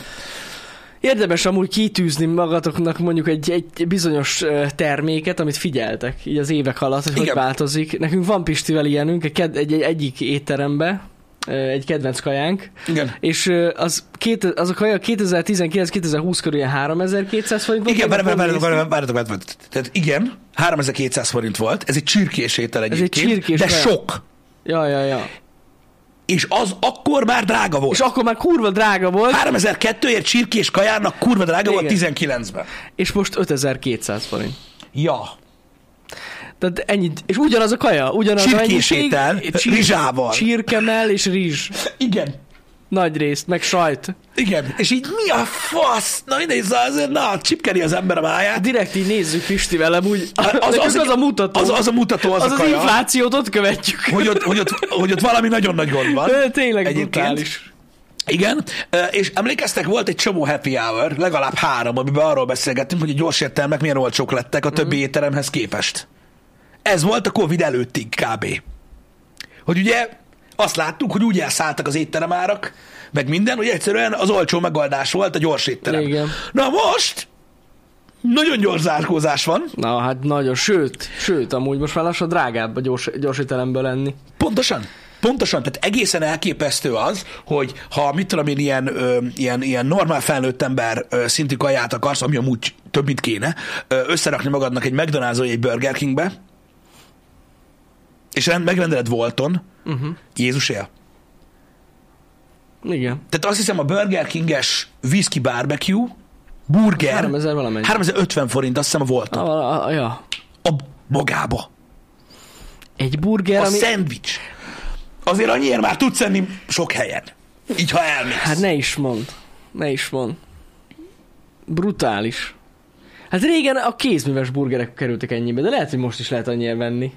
S2: Érdemes amúgy kitűzni magatoknak mondjuk egy, egy bizonyos ö, terméket, amit figyeltek így az évek alatt, hogy
S1: Igen.
S2: hogy változik. Nekünk van Pistivel ilyenünk, egy, ked- egy, egy egyik étterembe, ö, egy kedvenc kajánk,
S1: Igen.
S2: és ö, az, két, az a kaja 2019-2020 körül ilyen 3200 forint volt.
S1: Igen,
S2: meg
S1: várj, várj,
S2: akkor
S1: várj,
S2: néztük.
S1: várj, várj, várj, várj. Tehát igen, 3200 forint volt, ez egy csirkés étel
S2: egy
S1: egyébként,
S2: csirkés
S1: de
S2: kaja.
S1: sok.
S2: Ja, ja, ja.
S1: És az akkor már drága volt.
S2: És akkor már kurva drága volt,
S1: Hát- 3200-ért csirkés kajának kurva drága volt
S2: Igen.
S1: 19-ben.
S2: és most 5200 forint.
S1: Ja.
S2: Tehát ennyit, és ugyanaz a kaja, ugyanaz a
S1: Csirkés
S2: mennyiség,
S1: étel,
S2: csir-
S1: rizsával.
S2: Csirkemell és rizs.
S1: Igen.
S2: Nagy részt, meg sajt.
S1: Igen, és így mi a fasz? Na mindegy, szóval azért, na, csipkeli az ember a máját.
S2: Direkt így nézzük Pistivel, amúgy az, az, az, Hát, az a mutató,
S1: Az, az a mutató, az,
S2: az,
S1: az a
S2: az
S1: kaja,
S2: inflációt ott követjük.
S1: hogy, ott, hogy, ott, hogy ott valami nagyon nagy gond van.
S2: Ö, Tényleg
S1: Egyébként.
S2: brutális.
S1: Igen, ö, és emlékeztek, volt egy csomó happy hour, legalább három, amiben arról beszélgettünk, hogy a gyors értelmek milyen olcsók lettek a többi étteremhez képest. Ez volt a Covid előttig kb. Hogy ugye azt láttuk, hogy úgy elszálltak az étterem árak, meg minden, hogy egyszerűen az olcsó megoldás volt a gyors étterem.
S2: Igen.
S1: Na most nagyon gyors zárkózás van,
S2: Na hát nagyon, sőt, sőt, amúgy most már lassan drágább a gyors, gyors ételemből lenni.
S1: Pontosan. Pontosan, tehát egészen elképesztő az, hogy ha mit tudom én, ilyen, ö, ilyen, ilyen normál felnőtt ember ö, szintű kaját akarsz, ami amúgy több, mint kéne, ö, összerakni magadnak egy McDonald's vagy egy Burger Kingbe, és rend, megrendeled Volton,
S2: Mhm.
S1: uh-huh. Jézus él.
S2: Igen.
S1: Tehát azt hiszem a Burger Kinges whisky barbecue, burger,
S2: 3000 valamennyi.
S1: 3050 forint, azt hiszem a
S2: A,
S1: Volton.
S2: a, a, ja.
S1: A magába.
S2: Egy burger,
S1: A
S2: ami...
S1: szendvics. Azért annyiért már tudsz enni sok helyen. Így, ha elmész.
S2: Hát ne is mond. Ne is mond. Brutális. Hát régen a kézműves burgerek kerültek ennyibe, de lehet, hogy most is lehet annyira venni.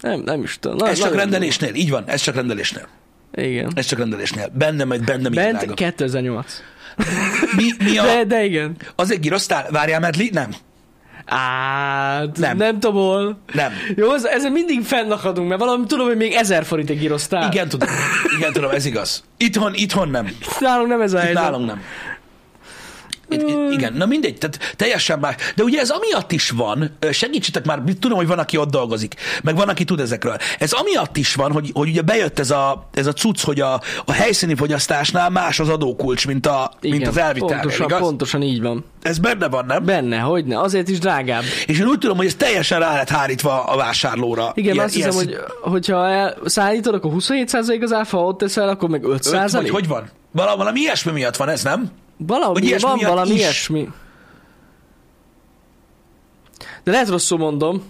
S2: Nem, nem is tudom. Na-
S1: Ez csak
S2: nagyon-
S1: rendelésnél, így van, ez csak rendelésnél.
S2: Igen.
S1: Ez csak rendelésnél. Benne megy, benne minden
S2: Bent
S1: ága.
S2: 2008.
S1: Mi, mi a...
S2: De, de igen.
S1: Az egy girosztál? Várjál, medli? Nem.
S2: Á,
S1: Nem.
S2: nem. nem tudom hol.
S1: Nem.
S2: Jó, ez- ezen mindig fennakadunk, mert valami tudom, hogy még ezer forint egy gyrosztál.
S1: Igen, tudom. Igen, tudom, ez igaz. Itthon, itthon nem.
S2: Nálunk nem ez a
S1: Itt
S2: helyzet.
S1: nálunk nem. Itt- itt- Igen, na mindegy, tehát teljesen más. De ugye ez amiatt is van, ö, segítsetek már, tudom, hogy van, aki ott dolgozik, meg van, aki tud ezekről. Ez amiatt is van, hogy, hogy ugye bejött ez a, ez a cucc, hogy a, a helyszíni fogyasztásnál más az adókulcs, mint, a, mint az elvitelnél,
S2: pontosan,
S1: igaz?
S2: pontosan így van.
S1: Ez benne van, nem?
S2: Benne, hogy ne, azért is drágább.
S1: És én úgy tudom, hogy ez teljesen rá lett hárítva a vásárlóra.
S2: Igen,
S1: Ilyen-
S2: ilyen, azt hiszem,
S1: ilyen
S2: hogy hogyha el, szállítod, akkor 27% az áfa, ha ott teszel, akkor meg 5
S1: szint- Vagy
S2: százalék.
S1: hogy van? Vala- Valami ilyesmi miatt van ez, nem?
S2: Valami,
S1: Vagy ilyesmi
S2: van
S1: miatt
S2: valami
S1: is.
S2: ilyesmi. De lehet rosszul mondom.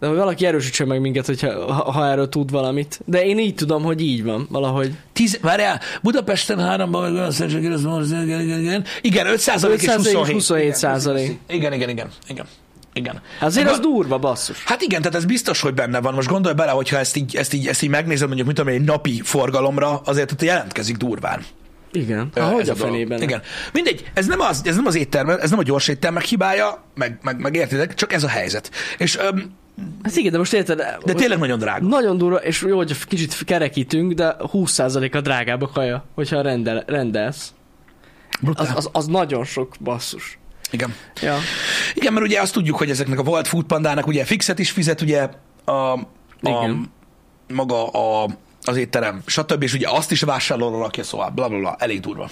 S2: De hogy valaki erősítse meg minket, hogyha, ha, ha erről tud valamit. De én így tudom, hogy így van valahogy.
S1: Tíz, várjál, Budapesten háromban, meg olyan szerzség, igen, igen, 5 százalék és
S2: 5% és
S1: 27.
S2: 27
S1: Igen,
S2: százalék.
S1: igen, igen, igen, igen. igen.
S2: Azért
S1: Ba-
S2: az durva, basszus.
S1: Hát igen, tehát ez biztos, hogy benne van. Most gondolj bele, hogyha ezt így, ezt így, ezt így megnézed, mondjuk, mit tudom, én, egy napi forgalomra, azért ott jelentkezik durván.
S2: Igen.
S1: Ö,
S2: Ahogy
S1: ez
S2: a
S1: dolog.
S2: fenében.
S1: Igen. Mindegy, ez nem az, ez nem az éttermek, ez nem a gyors éttermek hibája, meg, meg, meg értitek, csak ez a helyzet. És, öm,
S2: Hát igen, de most érted,
S1: de tényleg nagyon drága.
S2: nagyon durva, és jó, hogy kicsit kerekítünk, de 20%-a drágább a kaja, hogyha rendel, rendelsz. Az,
S1: Brutál.
S2: az, az nagyon sok basszus.
S1: Igen.
S2: Ja.
S1: Igen, mert ugye azt tudjuk, hogy ezeknek a Volt Food Pandának ugye fixet is fizet, ugye a, a
S2: Igen.
S1: maga a, az étterem, stb. És ugye azt is vásárlóra rakja, szóval bla, bla, bla elég durva.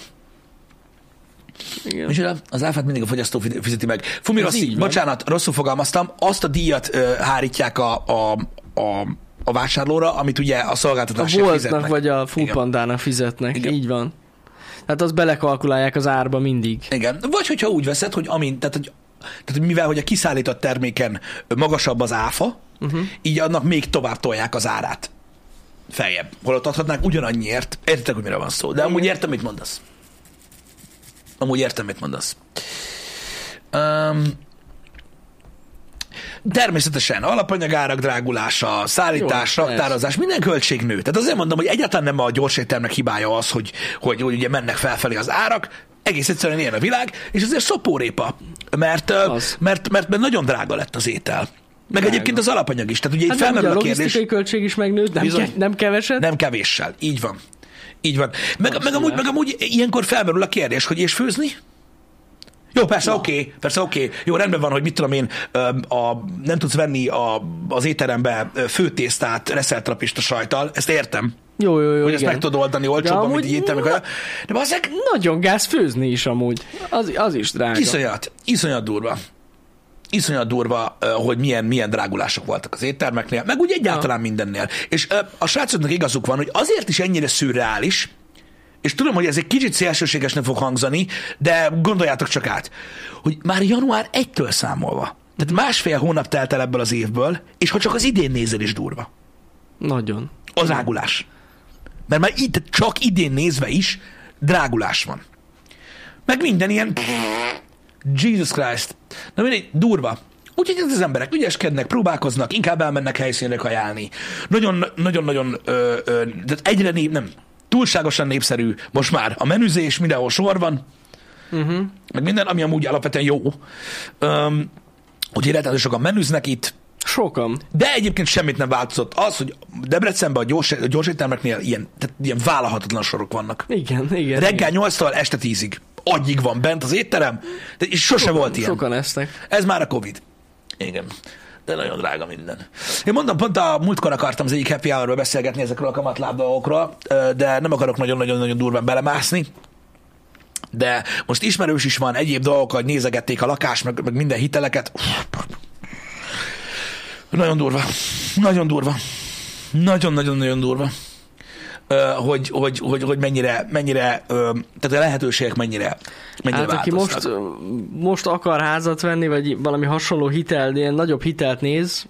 S2: Igen.
S1: És ugye az áfát mindig a fogyasztó fi- fizeti meg. Fumi
S2: Ez
S1: Rossi,
S2: így van.
S1: bocsánat, rosszul fogalmaztam, azt a díjat ö, hárítják a, a, a, a vásárlóra, amit ugye a
S2: A
S1: szolgáltatásért
S2: voltnak
S1: fizetnek.
S2: vagy a
S1: Igen.
S2: foodpandának fizetnek,
S1: Igen.
S2: Igen. így van. Tehát azt belekalkulálják az árba mindig.
S1: Igen, vagy hogyha úgy veszed, hogy amint, tehát, hogy, tehát hogy mivel hogy a kiszállított terméken magasabb az áfa,
S2: Mhm.
S1: uh-huh. így annak még tovább tolják az árát feljebb. Holott adhatnák ugyanannyiért. Értitek, hogy mire van szó. De amúgy értem, mit mondasz. Amúgy értem, mit mondasz. Um, természetesen alapanyagárak drágulása, szállítás,
S2: Jó,
S1: raktározás, minden költség nő. Tehát azért mondom, hogy egyáltalán nem a gyorséttermek hibája az, hogy, hogy, hogy ugye mennek felfelé az árak, egész egyszerűen ilyen a világ, és azért szopórépa, mert, ö,
S2: Az.
S1: mert, mert, mert nagyon drága lett az étel. Meg
S2: Drága.
S1: egyébként az alapanyag is. Tehát ugye itt
S2: Hát nem, ugye
S1: felmerül
S2: a
S1: a kérdés.
S2: logisztikai költség is megnőtt, nem,
S1: Bizony.
S2: ke- nem keveset.
S1: Nem kevéssel. Így van. Így van. Meg, meg,
S2: Abszolút.
S1: amúgy, meg amúgy ilyenkor felmerül a kérdés, hogy és főzni? Jó, persze, oké, okay, persze, oké. Okay. Jó, rendben van, hogy mit tudom én, öm, a, nem tudsz venni a, az étterembe ö, főtésztát reszeltrapista sajtal, ezt értem,
S2: Jó, jó, jó,
S1: hogy ezt
S2: igen.
S1: meg tudod oldani olcsóbban, mint
S2: amúgy
S1: így éttermek.
S2: na-
S1: olyan. De bazzeg,
S2: Nagyon gáz főzni is amúgy. Az, az is drága.
S1: iszonyat, iszonyat durva. Iszonyat durva, ö, hogy milyen, milyen drágulások voltak az éttermeknél, meg úgy egyáltalán mindennél. És ö, a srácoknak igazuk van, hogy azért is ennyire szürreális, és tudom, hogy ez egy kicsit szélsőségesnek fog hangzani, de gondoljátok csak át, hogy már január 1-től számolva, tehát másfél hónap telt el ebből az évből, és ha csak az idén nézel is durva,
S2: Nagyon.
S1: az drágulás. Mert már itt csak idén nézve is drágulás van. Meg minden ilyen Jesus Christ. Na mindegy, durva. Úgyhogy ez az emberek ügyeskednek, próbálkoznak, inkább elmennek helyszínre kajálni. Nagyon, nagyon, nagyon, ö, ö, de egyre nép, nem, túlságosan népszerű most már a menüzés, mindenhol sor van, meg minden, ami amúgy alapvetően jó. Öm, úgyhogy rettenetesen sokan menüznek itt,
S2: Sokan.
S1: de egyébként semmit nem változott. Az, hogy Debrecenben a gyors, a gyors éttermeknél ilyen, tehát ilyen vállalhatatlan sorok vannak.
S2: Igen, igen.
S1: Reggel 8-tól este 10-ig. Agyig van bent az étterem, de és sose
S2: igen.
S1: volt ilyen.
S2: Sokan esznek.
S1: Ez már a Covid. Igen. De nagyon drága minden. Én mondom, pont a múltkor akartam az egyik happy hour beszélgetni ezekről a kamatláb dolgokról, ö, de nem akarok nagyon-nagyon-nagyon durván belemászni. De most ismerős is van, egyéb dolgok, hogy nézegették a lakást, meg, meg minden hiteleket. Nagyon durva. Nagyon durva. Nagyon-nagyon-nagyon durva. Ö, Hogy, hogy, hogy, hogy mennyire, mennyire, ö, tehát a lehetőségek mennyire, mennyire
S2: Hát aki
S1: változtak.
S2: most, ö, most akar házat venni, vagy valami hasonló hitelt, ilyen nagyobb hitelt néz,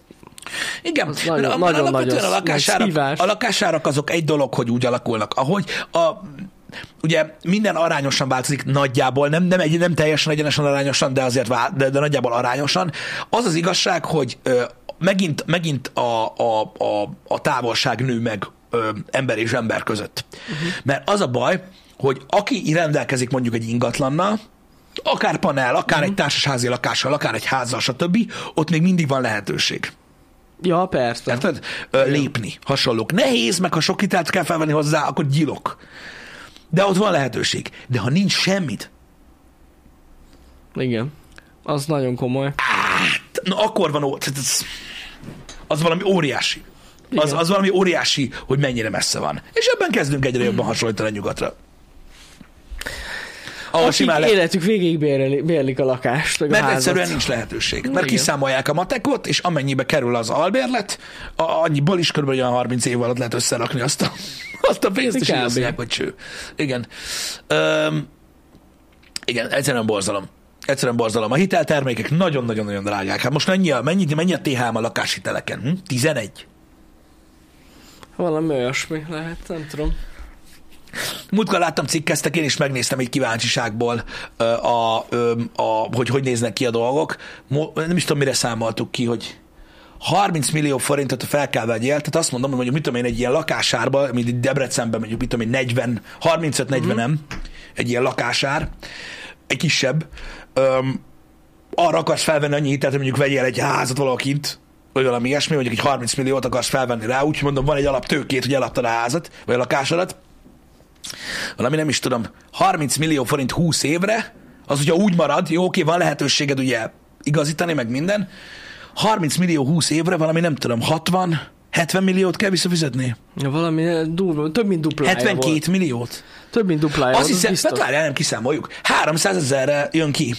S1: Igen,
S2: Az
S1: mert
S2: nagyon-
S1: a-
S2: nagyon
S1: alapvetően
S2: nagy
S1: a
S2: az- nagy
S1: lakásárak,
S2: szívás.
S1: a lakásárak azok egy dolog, hogy úgy alakulnak, ahogy a ugye minden arányosan változik nagyjából, nem, nem, egy, nem teljesen egyenesen arányosan, de azért vál, de, de nagyjából arányosan. Az az igazság, hogy ö, megint, megint a, a, a, a távolság nő meg ö, ember és ember között. Uh-huh. Mert az a baj, hogy aki rendelkezik mondjuk egy ingatlannal, akár panel, akár uh-huh. egy társasházi lakással, akár egy házzal, stb., ott még mindig van lehetőség.
S2: ja persze.
S1: Érted? Ö, Lépni. Hasonlók. Nehéz, meg ha sok hitelt kell felvenni hozzá, akkor gyilok. De ott van lehetőség. De ha nincs semmit,
S2: Igen. Az nagyon komoly.
S1: Na akkor van, ó- tehát ez- az valami óriási. Az,
S2: Igen.
S1: az valami óriási, hogy mennyire messze van. És ebben kezdünk egyre jobban hasonlítani a nyugatra. Ahol
S2: Akik
S1: simán le...
S2: életük végig bérli, bérlik a lakást, meg a
S1: Mert
S2: házat.
S1: egyszerűen nincs lehetőség. Mert
S2: Igen.
S1: kiszámolják a matekot, és amennyibe kerül az albérlet, a, annyiból is kb. olyan 30 év alatt lehet összerakni azt a, azt a pénzt, és így
S2: Kb.
S1: azt mondják, hogy cső. Igen. Öm, igen, egyszerűen borzalom. Egyszerűen borzalom. A hiteltermékek nagyon-nagyon-nagyon drágák. Hát most mennyi a, mennyi, mennyi a THM a lakáshiteleken? Hm? 11?
S2: Valami olyasmi lehet, nem tudom.
S1: Múltkor láttam cikkeztek, én is megnéztem egy kíváncsiságból, ö, a, ö, a, hogy hogy néznek ki a dolgok. Mo- Nem is tudom, mire számoltuk ki, hogy 30 millió forintot fel kell vegyél, tehát azt mondom, hogy mondjuk mit tudom én, egy ilyen lakásárba, mint itt Debrecenben mondjuk mit tudom én, 40, 35-40 nem, egy ilyen lakásár, egy kisebb, öm, arra akarsz felvenni annyi hitelt, hogy mondjuk vegyél egy házat valahol kint, vagy valami ilyesmi, mondjuk egy 30 milliót akarsz felvenni rá, úgyhogy mondom, van egy alaptőkét, hogy eladtad a házat, vagy a lakásodat, valami nem is tudom, 30 millió forint 20 évre, az ugye úgy marad, jó, oké, van lehetőséged ugye igazítani, meg minden, 30 millió 20 évre valami nem tudom, 60, 70 milliót kell visszafizetni?
S2: Ja, valami eh, durva, több mint duplája
S1: 72
S2: volt.
S1: milliót?
S2: Több mint
S1: Azt
S2: duplája volt, az
S1: hiszem,
S2: biztos.
S1: hát várjál, nem kiszámoljuk. 300 ezerre jön ki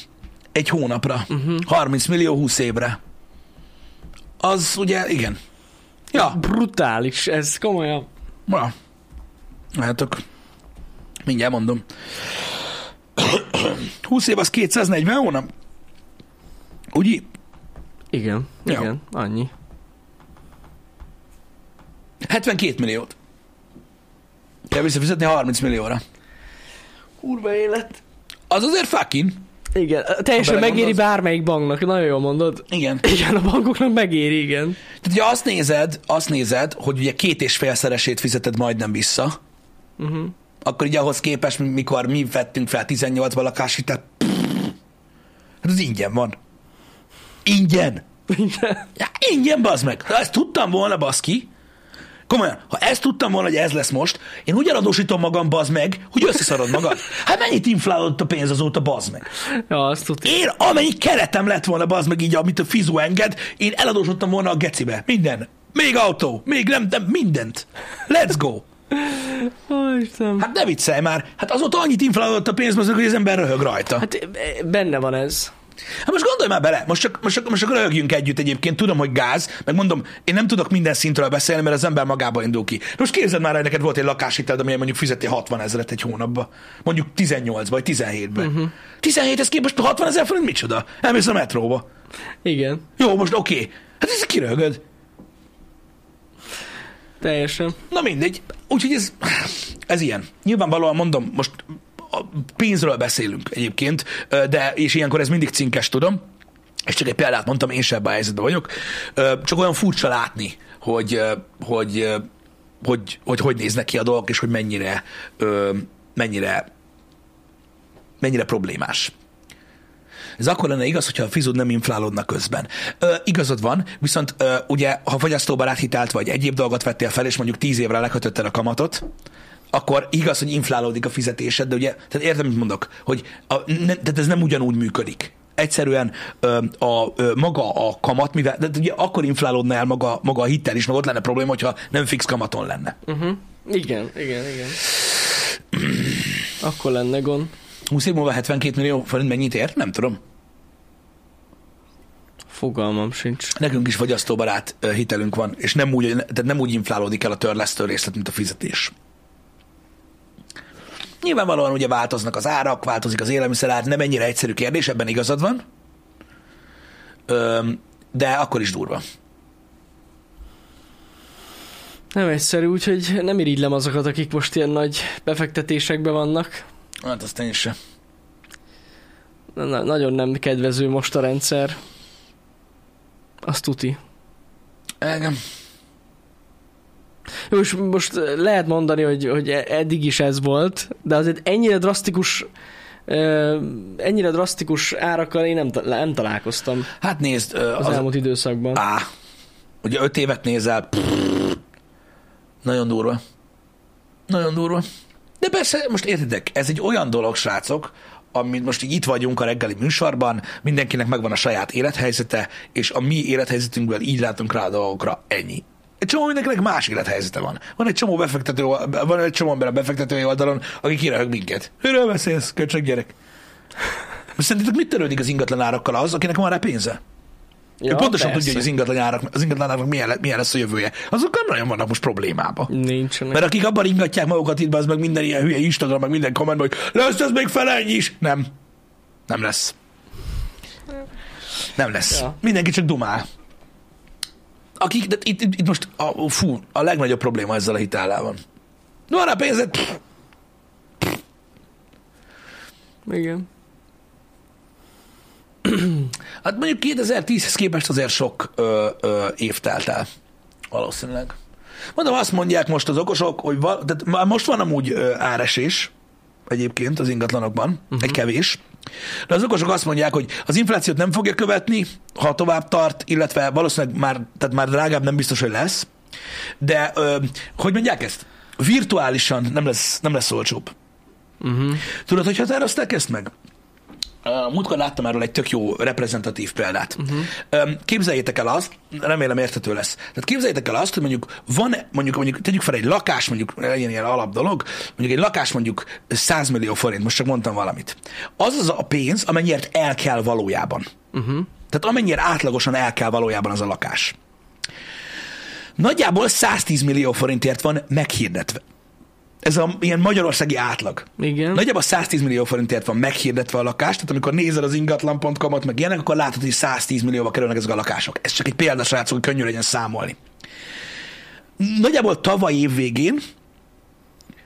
S1: egy hónapra.
S2: Mhm.
S1: Uh-huh. 30 millió 20 évre. Az ugye, igen. Ja,
S2: Brutális, ez komolyan.
S1: Na, látok. Mindjárt mondom. 20 év az 240 hónap. Úgy
S2: Igen,
S1: Ja.
S2: ja. igen, annyi.
S1: 72 milliót. Kell visszafizetni 30 millióra.
S2: Kurva élet.
S1: Az azért fucking.
S2: Igen, eh, teljesen
S1: Ha
S2: megéri
S1: belegondolsz.
S2: bármelyik banknak, nagyon jól mondod.
S1: Igen.
S2: Igen, a bankoknak megéri, igen.
S1: Tehát ugye azt nézed, azt nézed, hogy ugye két és félszeresét fizeted majdnem vissza, uh-huh. akkor így ahhoz képest, mi- mikor mi vettünk fel 18 valakásit, tehát hát az ingyen van. Ingyen.
S2: Igen.
S1: Ja, ingyen bazd meg. Ha ezt tudtam volna, baszki, komolyan, ha ezt tudtam volna, hogy ez lesz most, én úgy eladósítom magam, bazd meg, hogy összeszarod magad. Hát mennyit inflálódott a pénz azóta, bazd meg?
S2: Ja, azt tudja.
S1: Én, amennyi keretem lett volna, bazd meg így, amit a fizu enged, én eladósodtam volna a gecibe. Minden. Még autó, még nem, nem, mindent. Let's go.
S2: Ó, Istenem.
S1: Hát ne viccelj már. Hát azóta annyit inflálódott a pénz, bazd meg, hogy az ember röhög rajta.
S2: Hát benne van ez.
S1: Hát most gondolj már bele, most csak, most csak, most csak röhögjünk együtt egyébként, tudom, hogy gáz, meg mondom, én nem tudok minden szintről beszélni, mert az ember magába indul ki. Most képzeld már, hogy neked volt egy lakáshitel, amilyen mondjuk fizeti 60 ezeret egy hónapba, mondjuk 18-ba vagy 17-ben. Uh-huh. 17 ez képest 60 ezer forint micsoda? Elmész a metróba.
S2: Igen,
S1: Jó, most oké. Okay. Hát ez kiröhögöd.
S2: teljesen.
S1: Na mindegy. Úgyhogy ez, ez ilyen. Nyilvánvalóan mondom, most a pénzről beszélünk egyébként, de és ilyenkor ez mindig cinkes, tudom. És csak egy példát mondtam, én sem ebben a helyzetben vagyok. Csak olyan furcsa látni, hogy hogy, hogy, hogy, hogy néznek ki a dolgok, és hogy mennyire, mennyire, mennyire problémás. Ez akkor lenne igaz, hogyha a fizud nem inflálódna közben. Ö, igazad van, viszont ö, ugye, ha fogyasztóbarát hitelt vagy egyéb dolgot vettél fel, és mondjuk 10 évre lekötötted a kamatot, akkor igaz, hogy inflálódik a fizetésed, de ugye, tehát értem, mit mondok, hogy a, ne, tehát ez nem ugyanúgy működik. Egyszerűen ö, a, ö, maga a kamat, mivel, de ugye akkor inflálódna el maga, maga a hitel is, meg ott lenne probléma, hogyha nem fix kamaton lenne.
S2: Uh-huh. Igen, igen, igen. Akkor lenne gond.
S1: 20 év múlva 72 millió forint mennyit ér? Nem tudom.
S2: Fogalmam sincs.
S1: Nekünk is fogyasztóbarát ö, hitelünk van, és nem úgy, tehát nem úgy inflálódik el a törlesztő részlet, mint a fizetés. Nyilvánvalóan ugye változnak az árak, változik az élelmiszerár, nem ennyire egyszerű kérdés, ebben igazad van. Öm, de akkor is durva.
S2: Nem egyszerű, úgyhogy nem irigylem azokat, akik most ilyen nagy befektetésekben vannak.
S1: Hát azt én sem.
S2: Na- na- nagyon nem kedvező most a rendszer. Azt tuti.
S1: Engem.
S2: Jó, és most eh, lehet mondani, hogy, hogy e- eddig is ez volt, de azért ennyire drasztikus ö, ennyire drasztikus árakkal én nem, ta- nem találkoztam
S1: Hát nézd, ö,
S2: az, az elmúlt időszakban. Á.
S1: Á, ugye öt évet nézel, pff, nagyon durva. Nagyon durva. De persze, most értitek, ez egy olyan dolog, srácok, amit most így itt vagyunk a reggeli műsorban, mindenkinek megvan a saját élethelyzete, és a mi élethelyzetünkből így látunk rá a dolgokra, ennyi. Egy csomó mindenkinek más élethelyzete van. Van egy csomó befektető, van egy csomó ember a befektetői oldalon, aki kirehög minket. Miről beszélsz, köcsög gyerek? Szerintetek mit törődik az ingatlan árakkal az, akinek van rá pénze? Ja, ő pontosan persze. tudja, hogy az ingatlan árak, az ingatlan árak milyen, le- milyen, lesz a jövője. Azok nem nagyon vannak most problémába.
S2: Nincsenek.
S1: Mert akik abban ingatják magukat itt, az meg minden ilyen hülye Instagram, meg minden kommentben, hogy lesz ez még fele ennyi is. Nem. Nem lesz. Nem lesz.
S2: Ja.
S1: Mindenki csak dumál. Akik, de itt, itt, itt most, a, fú, a legnagyobb probléma ezzel a hitellel van. No, arra pénzed, pff,
S2: Igen.
S1: Hát mondjuk 2010-hez képest azért sok ö, ö, év telt el. Valószínűleg. Mondom, azt mondják most az okosok, hogy val- tehát már most van amúgy ö, áresés egyébként az ingatlanokban, uh-huh. egy kevés. De az okosok azt mondják, hogy az inflációt nem fogja követni, ha tovább tart, illetve valószínűleg már, tehát már drágább nem biztos, hogy lesz. De ö, hogy mondják ezt? Virtuálisan nem lesz, nem lesz olcsóbb.
S2: Uh-huh.
S1: Tudod, hogy határozták ezt meg? Uh, Múltkor láttam erről egy tök jó reprezentatív példát. Uh-huh. Képzeljétek el azt, remélem érthető lesz. Tehát képzeljétek el azt, hogy mondjuk van, mondjuk, mondjuk tegyük fel egy lakás, mondjuk legyen ilyen alap dolog, mondjuk egy lakás mondjuk 100 millió forint, most csak mondtam valamit. Az az a pénz, amennyiért el kell valójában. Uh-huh. Tehát amennyire átlagosan el kell valójában az a lakás. Nagyjából 110 millió forintért van meghirdetve. Ez a ilyen magyarországi átlag.
S2: Igen.
S1: Nagyjából 110 millió forintért van meghirdetve a lakás, tehát amikor nézel az ingatlan.com-ot, meg ilyenek, akkor látod, hogy 110 millióba kerülnek ezek a lakások. Ez csak egy példa, srácok, hogy könnyű legyen számolni. Nagyjából tavaly év végén,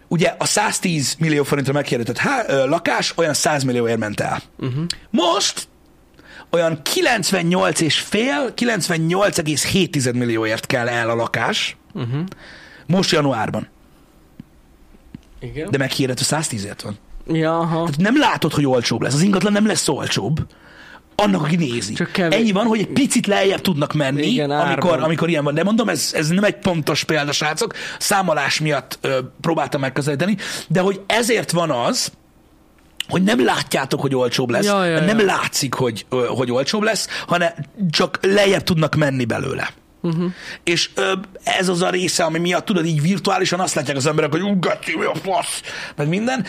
S1: ugye a 110 millió forintra meghirdetett há- ö, lakás olyan 100 millióért ment el. Uh-huh. Most olyan 98 és fél, 98,7 millióért kell el a lakás,
S2: Uh-huh.
S1: most januárban.
S2: Igen.
S1: De meghirdető 110-ért van.
S2: Ja, aha.
S1: Tehát nem látod, hogy olcsóbb lesz. Az ingatlan nem lesz olcsóbb. Annak, aki nézi.
S2: Csak kevés-
S1: Ennyi van, hogy egy picit lejjebb tudnak menni,
S2: Igen, árban.
S1: amikor, amikor ilyen van. De mondom, ez, ez nem egy pontos példa, srácok. Számolás miatt ö, próbáltam megközelíteni, de hogy ezért van az, hogy nem látjátok, hogy olcsóbb lesz,
S2: Ja, ja,
S1: mert nem
S2: ja.
S1: látszik, hogy, ö, hogy olcsóbb lesz, hanem csak lejjebb tudnak menni belőle.
S2: Mhm.
S1: Uh-huh. És ö, ez az a része, ami miatt tudod, így virtuálisan azt látják az emberek, hogy ugatj, mi a fasz, meg minden.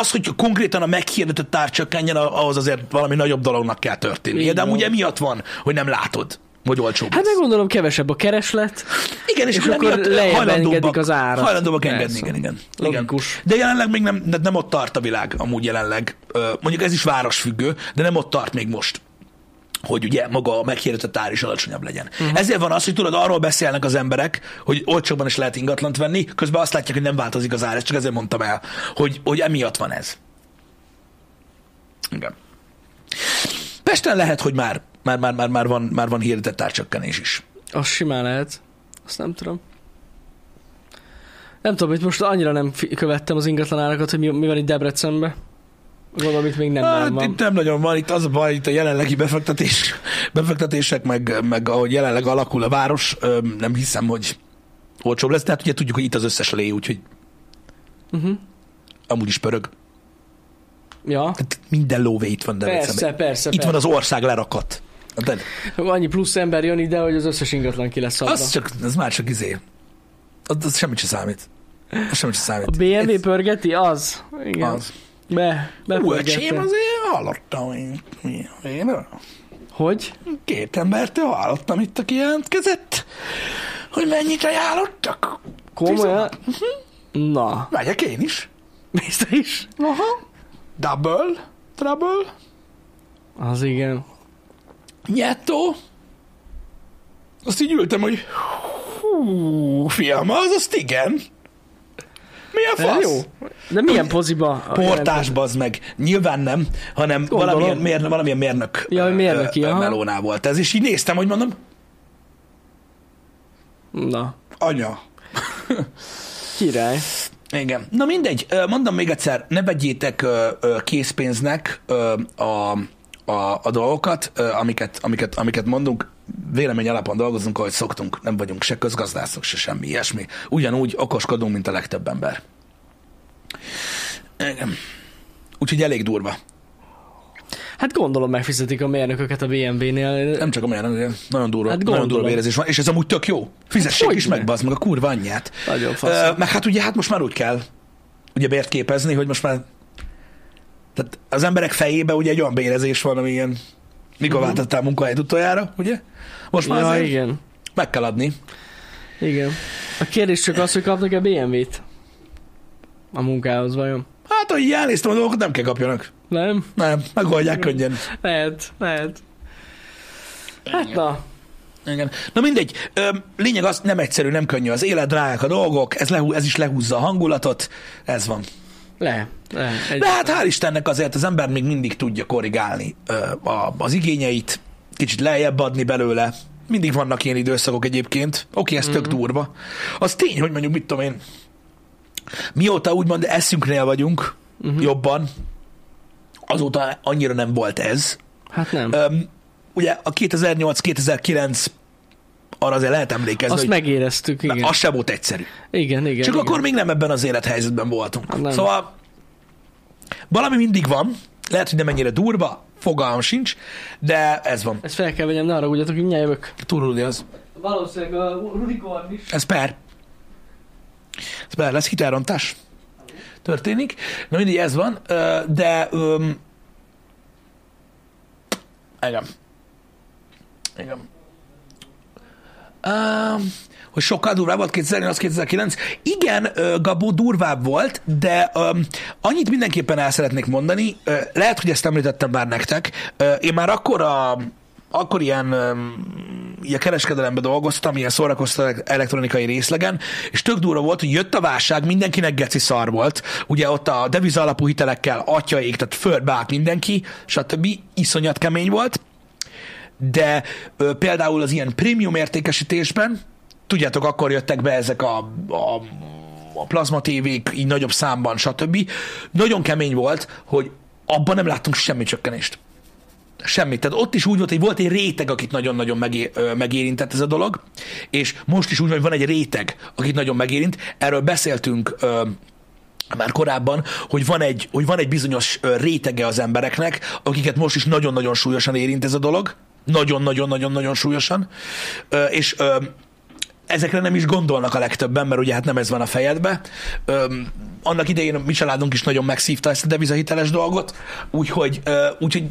S1: Az, hogy konkrétan a meghirdetett ár csökkenjen, ahhoz azért valami nagyobb dolognak kell történnie.
S2: Így
S1: De
S2: van.
S1: amúgy emiatt van, hogy nem látod, hogy olcsóbb
S2: Hát
S1: lesz.
S2: meg gondolom kevesebb a kereslet.
S1: Igen, és,
S2: És
S1: és akkor
S2: akkor
S1: emiatt
S2: lejjebb
S1: hajlandóbbak,
S2: engedik az árat.
S1: hajlandóbbak
S2: Persze.
S1: engedni, igen, igen.
S2: Logikus.
S1: Igen. De jelenleg még nem, de nem ott tart a világ, amúgy jelenleg. Ö, Mondjuk ez is városfüggő, de nem ott tart még most hogy ugye maga a meghirdetett ár is alacsonyabb legyen.
S2: Mhm.
S1: Uh-huh. Ezért van az, hogy tudod, arról beszélnek az emberek, hogy olcsóban is lehet ingatlant venni, közben azt látják, hogy nem változik az ár, ezt csak ezért mondtam el, hogy, hogy emiatt van ez. Igen. Pesten lehet, hogy már, már, már, már, már, van, már van hirdetett árcsökkenés is.
S2: Az simán lehet. Azt nem tudom. Nem tudom, itt most annyira nem fi- követtem az ingatlan árakat, hogy mi, mi van itt Debrecenben. Gondolom, itt még nem
S1: Hát
S2: hát, van.
S1: itt nem nagyon van, itt az a baj, itt a jelenlegi befektetés, befektetések, meg, meg ahogy jelenleg alakul a város, öm, nem hiszem, hogy olcsóbb lesz, de hát ugye tudjuk, hogy itt az összes lé, úgyhogy
S2: Uh-huh.
S1: amúgy is pörög.
S2: Ja,
S1: Hát minden lóvé itt van Debrecenben.
S2: persze, persze.
S1: Itt
S2: persze.
S1: van az ország lerakat. De
S2: Annyi plusz ember jön ide, hogy az összes ingatlan ki lesz adva.
S1: az, csak, az már csak izé. Az, az semmit sem számít. Az semmit sem számít.
S2: A BMW pörgeti? Az. Igen.
S1: Az.
S2: Be,
S1: Ú, öcsém,
S2: bepörgette.
S1: azért hallottam én. Én- Én
S2: Hogy?
S1: két embertől hallottam itt, aki jelentkezett, hogy mennyit ajánlottak.
S2: Komolyan?
S1: Mhm.
S2: Na,
S1: Megyek én is.
S2: mész te is?
S1: Aha. Double, trouble,
S2: Az igen.
S1: nyettó. Azt így ültem, hogy hú, fiam, az azt igen. Mi a
S2: Ez
S1: fasz?
S2: jó. De milyen poziba? a
S1: Portás bazd meg. Nyilván nem, hanem
S2: Gondolom.
S1: valamilyen, mérnök, valamilyen mérnök,
S2: Ja, hogy
S1: ö,
S2: mérnöki,
S1: ö, ö,
S2: aha.
S1: melónál volt ez. És így néztem, hogy mondom,
S2: jelentés? Na,
S1: anya,
S2: király.
S1: Igen. Na mindegy, ö, mondom még egyszer, ne vegyétek ö, ö, készpénznek ö, a, a, a dolgokat, ö, amiket, amiket, amiket mondunk. Vélemény alapon dolgozunk, ahogy szoktunk. Nem vagyunk se közgazdászok, se semmi ilyesmi. Ugyanúgy okoskodunk, mint a legtöbb ember. Igen. úgyhogy elég durva.
S2: Hát gondolom megfizetik a mérnököket a BMW-nél.
S1: Nem csak a mérnök, igen. nagyon durva,
S2: Hát
S1: hát nagyon durva
S2: gondolom. Hát,
S1: vérezés van, és ez amúgy tök jó. Fizessék
S2: Hogyne.
S1: is meg, bazd meg a kurva anyját.
S2: Nagyon fasz.
S1: Ö, meg hát ugye, hát most már úgy kell ugye bért képezni, hogy most már tehát az emberek fejébe ugye egy olyan bérezés van, ami ilyen mikor uh-huh. váltottál munkahelyet utoljára, ugye? Most már
S2: Mhm. ja,
S1: azért
S2: igen.
S1: meg kell adni.
S2: Igen. A kérdés csak az, hogy kapnak-e BMW-t? A munkához vajon?
S1: Hát, ahogy így elnéztem a dolgokat, nem kell kapjanak.
S2: Nem?
S1: Nem, megoldják
S2: Mhm.
S1: könnyen.
S2: Lehet, lehet. Hát na,
S1: Igen. Na mindegy, ö, lényeg az, nem egyszerű, nem könnyű az élet, drágák a dolgok, ez, lehú, ez is lehúzza a hangulatot, ez van.
S2: le, le. Egy...
S1: De hát hál' Istennek azért az ember még mindig tudja korrigálni ö, a, az igényeit, kicsit lejjebb adni belőle. Mindig vannak ilyen időszakok egyébként. Oké, okay, ez tök durva. Az tény, hogy mondjuk, mit tudom én, mióta úgymond eszünknél vagyunk, jobban, azóta annyira nem volt ez.
S2: Hát nem.
S1: Öm, ugye a 2008-2009 arra azért lehet emlékezni,
S2: Azt
S1: hogy
S2: megéreztük, igen.
S1: az sem volt egyszerű.
S2: Igen, igen.
S1: Csak
S2: igen.
S1: akkor még nem ebben az élethelyzetben voltunk.
S2: Hát nem.
S1: Szóval valami mindig van, lehet, hogy nem ennyire durva, fogalmam sincs, de ez van.
S2: Ezt fel kell vegyem, ne arra hogy mindjárt jövök.
S1: Túlulni az.
S2: Valószínűleg a Runicorn is.
S1: Ez per. Ez per, lesz hitelrontás. Történik. Na mindig ez van, ö, de... Um, igen. Igen. Um, hogy sokkal durvább volt 2008-2009. Igen, ö, Gabó durvább volt, de um, annyit mindenképpen el szeretnék mondani, ö, lehet, hogy ezt említettem már nektek, ö, én már akkor a akkor ilyen, öm, ilyen kereskedelemben dolgoztam, ilyen szórakoztató elektronikai részlegen, és tök durva volt, hogy jött a válság, mindenkinek geci szar volt, ugye ott a deviza alapú hitelekkel, atyaik, tehát földbe állt mindenki, stb. iszonyat kemény volt, de ö, például az ilyen prémium értékesítésben, tudjátok, akkor jöttek be ezek a, a, a plazma tévék, így nagyobb számban, stb. Nagyon kemény volt, hogy abban nem láttunk semmi csökkenést. Semmit. Tehát ott is úgy volt, hogy volt egy réteg, akit nagyon-nagyon megé- ö, megérintett ez a dolog, és most is úgy van, hogy van egy réteg, akit nagyon megérint. Erről beszéltünk ö, már korábban, hogy van egy, hogy van egy bizonyos ö, rétege az embereknek, akiket most is nagyon-nagyon súlyosan érint ez a dolog. Nagyon-nagyon-nagyon-nagyon súlyosan. Ö, És ö, ezekre nem is gondolnak a legtöbben, mert ugye hát nem ez van a fejedbe. Öm, annak idején a mi családunk is nagyon megszívta ezt a devizahiteles dolgot, úgyhogy, ö, úgyhogy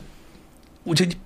S1: Úgyhogy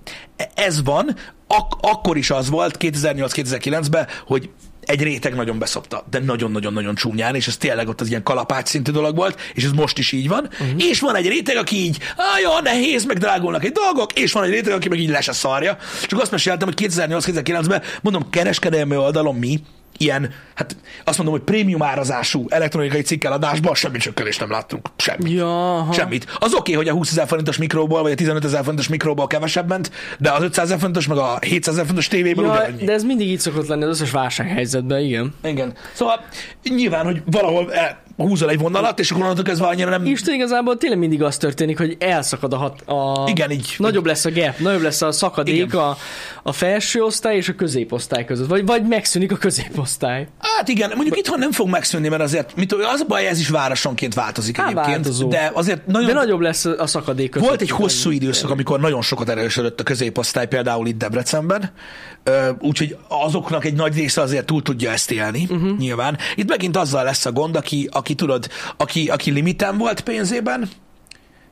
S1: ez van, Ak- akkor is az volt 2008-2009-ben, hogy egy réteg nagyon beszopta, de nagyon-nagyon-nagyon csúnyán, és ez tényleg ott az ilyen kalapács szintű dolog volt, és ez most is így van. Uh-huh. És van egy réteg, aki így, "Á, jó, nehéz, meg drágulnak egy dolgok, és van egy réteg, aki meg így le se szarja. Csak azt meséltem, hogy 2008-2009-ben, mondom, kereskedelmi oldalon mi, ilyen, hát azt mondom, hogy prémium árazású elektronikai cikkeladásban semmi csökkenést nem láttunk. Semmi.
S2: Ja, aha.
S1: Semmit. Az oké, okay, hogy a 20 ezer forintos mikróból, vagy a 15 ezer forintos mikróból kevesebb ment, de az 500 ezer forintos, meg a 700 ezer forintos tévéből ja,
S2: Ja,
S1: ugyanannyi.
S2: de ez mindig így szokott lenni az összes válsághelyzetben, igen.
S1: Igen. Szóval nyilván, hogy valahol el, húzol egy vonalat, és akkor onnantól kezdve annyira nem...
S2: Isten igazából tényleg mindig az történik, hogy elszakad a, hat, a...
S1: Igen, így.
S2: Nagyobb lesz a gap, nagyobb lesz a szakadék
S1: Igen.
S2: a, a felső osztály és a középosztály között. Vagy, vagy megszűnik a középosztály.
S1: Hát igen, mondjuk itthon nem fog megszűnni, mert azért mit, tudom, az a baj, ez is városonként változik
S2: Hát,
S1: egyébként.
S2: változó.
S1: De azért nagyon,
S2: De nagyobb lesz a szakadék között.
S1: Volt egy hosszú időszak, amikor nagyon sokat erősödött a középosztály, például itt Debrecenben, Ö, úgyhogy azoknak egy nagy része azért túl tudja ezt élni,
S2: Mhm.
S1: uh-huh. nyilván. Itt megint azzal lesz a gond, aki, aki tudod, aki, aki limiten volt pénzében,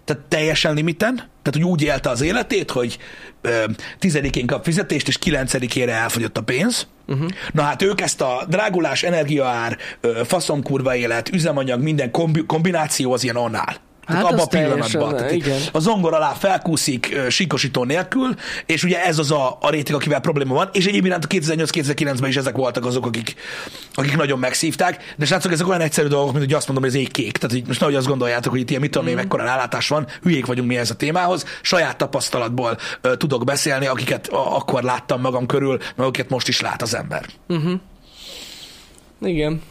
S1: tehát teljesen limiten, tehát hogy úgy élte az életét, hogy ö, tizedikén kap fizetést, és kilencedikére elfogyott a pénz.
S2: Mhm.
S1: Uh-huh. Na hát ők ezt a drágulás, energiaár, ö, faszomkurva élet, üzemanyag, minden kombi- kombináció az ilyen annál. Tehát
S2: Hát
S1: abban a
S2: az teljesen,
S1: pillanatban. Tehát
S2: igen.
S1: a zongor alá felkúszik ö, síkosító nélkül, és ugye ez az a, a réteg, akivel probléma van, és egyéb iránt a 2008-2009-ben is ezek voltak azok, akik, akik nagyon megszívták, de srácok, ezek olyan egyszerű dolgok, mint hogy azt mondom, hogy ez ég kék. Tehát így most nehogy azt gondoljátok, hogy itt ilyen mit tudom én,
S2: Mm.
S1: mekkora rálátás van, hülyék vagyunk mi ez a témához, saját tapasztalatból ö, tudok beszélni, akiket a, akkor láttam magam körül, meg akiket most is lát az ember.
S2: Igen.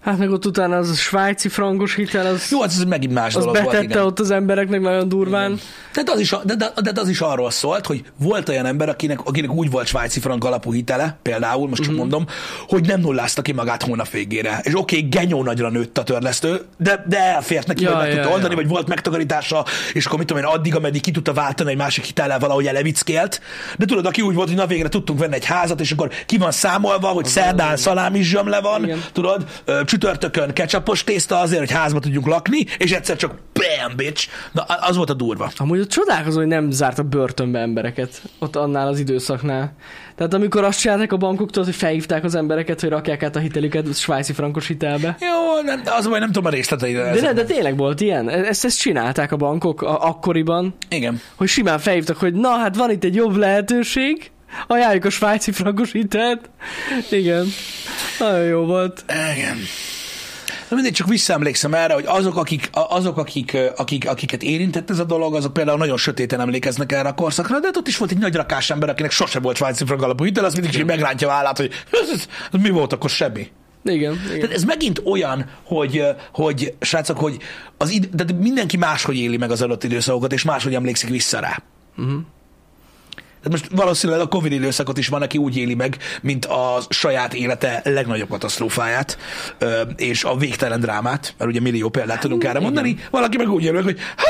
S2: Hát meg ott utána az a svájci frankos hitel, az,
S1: Jó, az, ez megint más
S2: az
S1: dolog volt,
S2: betette
S1: igen.
S2: ott az embereknek nagyon durván.
S1: Tehát az, is, a- de, de, de az is arról szólt, hogy volt olyan ember, akinek, akinek úgy volt svájci frank alapú hitele, például, most
S2: Mhm.
S1: csak mondom, hogy nem nullázta ki magát hónap végére. És oké, okay, genyó nagyra nőtt a törlesztő, de, de elfért neki,
S2: Ja,
S1: ja, meg
S2: ja,
S1: tudta
S2: ja.
S1: oldani, vagy volt megtakarítása, és akkor mit tudom én, addig, ameddig ki tudta váltani egy másik hitellel valahogy elevickélt. De tudod, aki úgy volt, hogy na végre tudtunk venni egy házat, és akkor ki van számolva, hogy szerdán szalámi zsömle van,
S2: Igen.
S1: tudod, ö, csütörtökön ketchupos tészta azért, hogy házba tudjunk lakni, és egyszer csak bam, bitch. Na, a- az volt a durva.
S2: Amúgy ott csodálkozom, hogy nem zárt a börtönbe embereket ott annál az időszaknál. Tehát amikor azt csinálták a bankoktól, hogy felhívták az embereket, hogy rakják át a hitelüket svájci frankos hitelbe.
S1: Jó, nem, az majd nem tudom a részleteire.
S2: De,
S1: ezek.
S2: ne, de tényleg volt ilyen. E-, Ezt, ezt csinálták a bankok a, akkoriban,
S1: Igen.
S2: hogy simán felhívtak, hogy na hát van itt egy jobb lehetőség, ajánljuk a svájci frankos hitelt. Igen, nagyon jó volt.
S1: Igen. De mindig csak visszaemlékszem erre, hogy azok, akik, a- azok akik, ö, akik, akiket érintett ez a dolog, azok például nagyon sötéten emlékeznek erre a korszakra, de hát ott is volt egy nagy rakás ember, akinek sose volt svájci frank alapú hitel, az mindig is így megrántja a vállát, hogy ez, ez, ez mi volt akkor semmi.
S2: Igen, igen.
S1: Tehát ez megint olyan, hogy, hogy srácok, hogy az id- tehát mindenki máshogy éli meg az adott időszakokat, és máshogy emlékszik vissza rá. Uh-huh. Tehát most valószínűleg a Covid időszakot is van, aki úgy éli meg, mint a saját élete legnagyobb katasztrófáját, ö, és a végtelen drámát, mert ugye millió példát tudunk erre mondani, valaki meg úgy éli meg, hogy hát,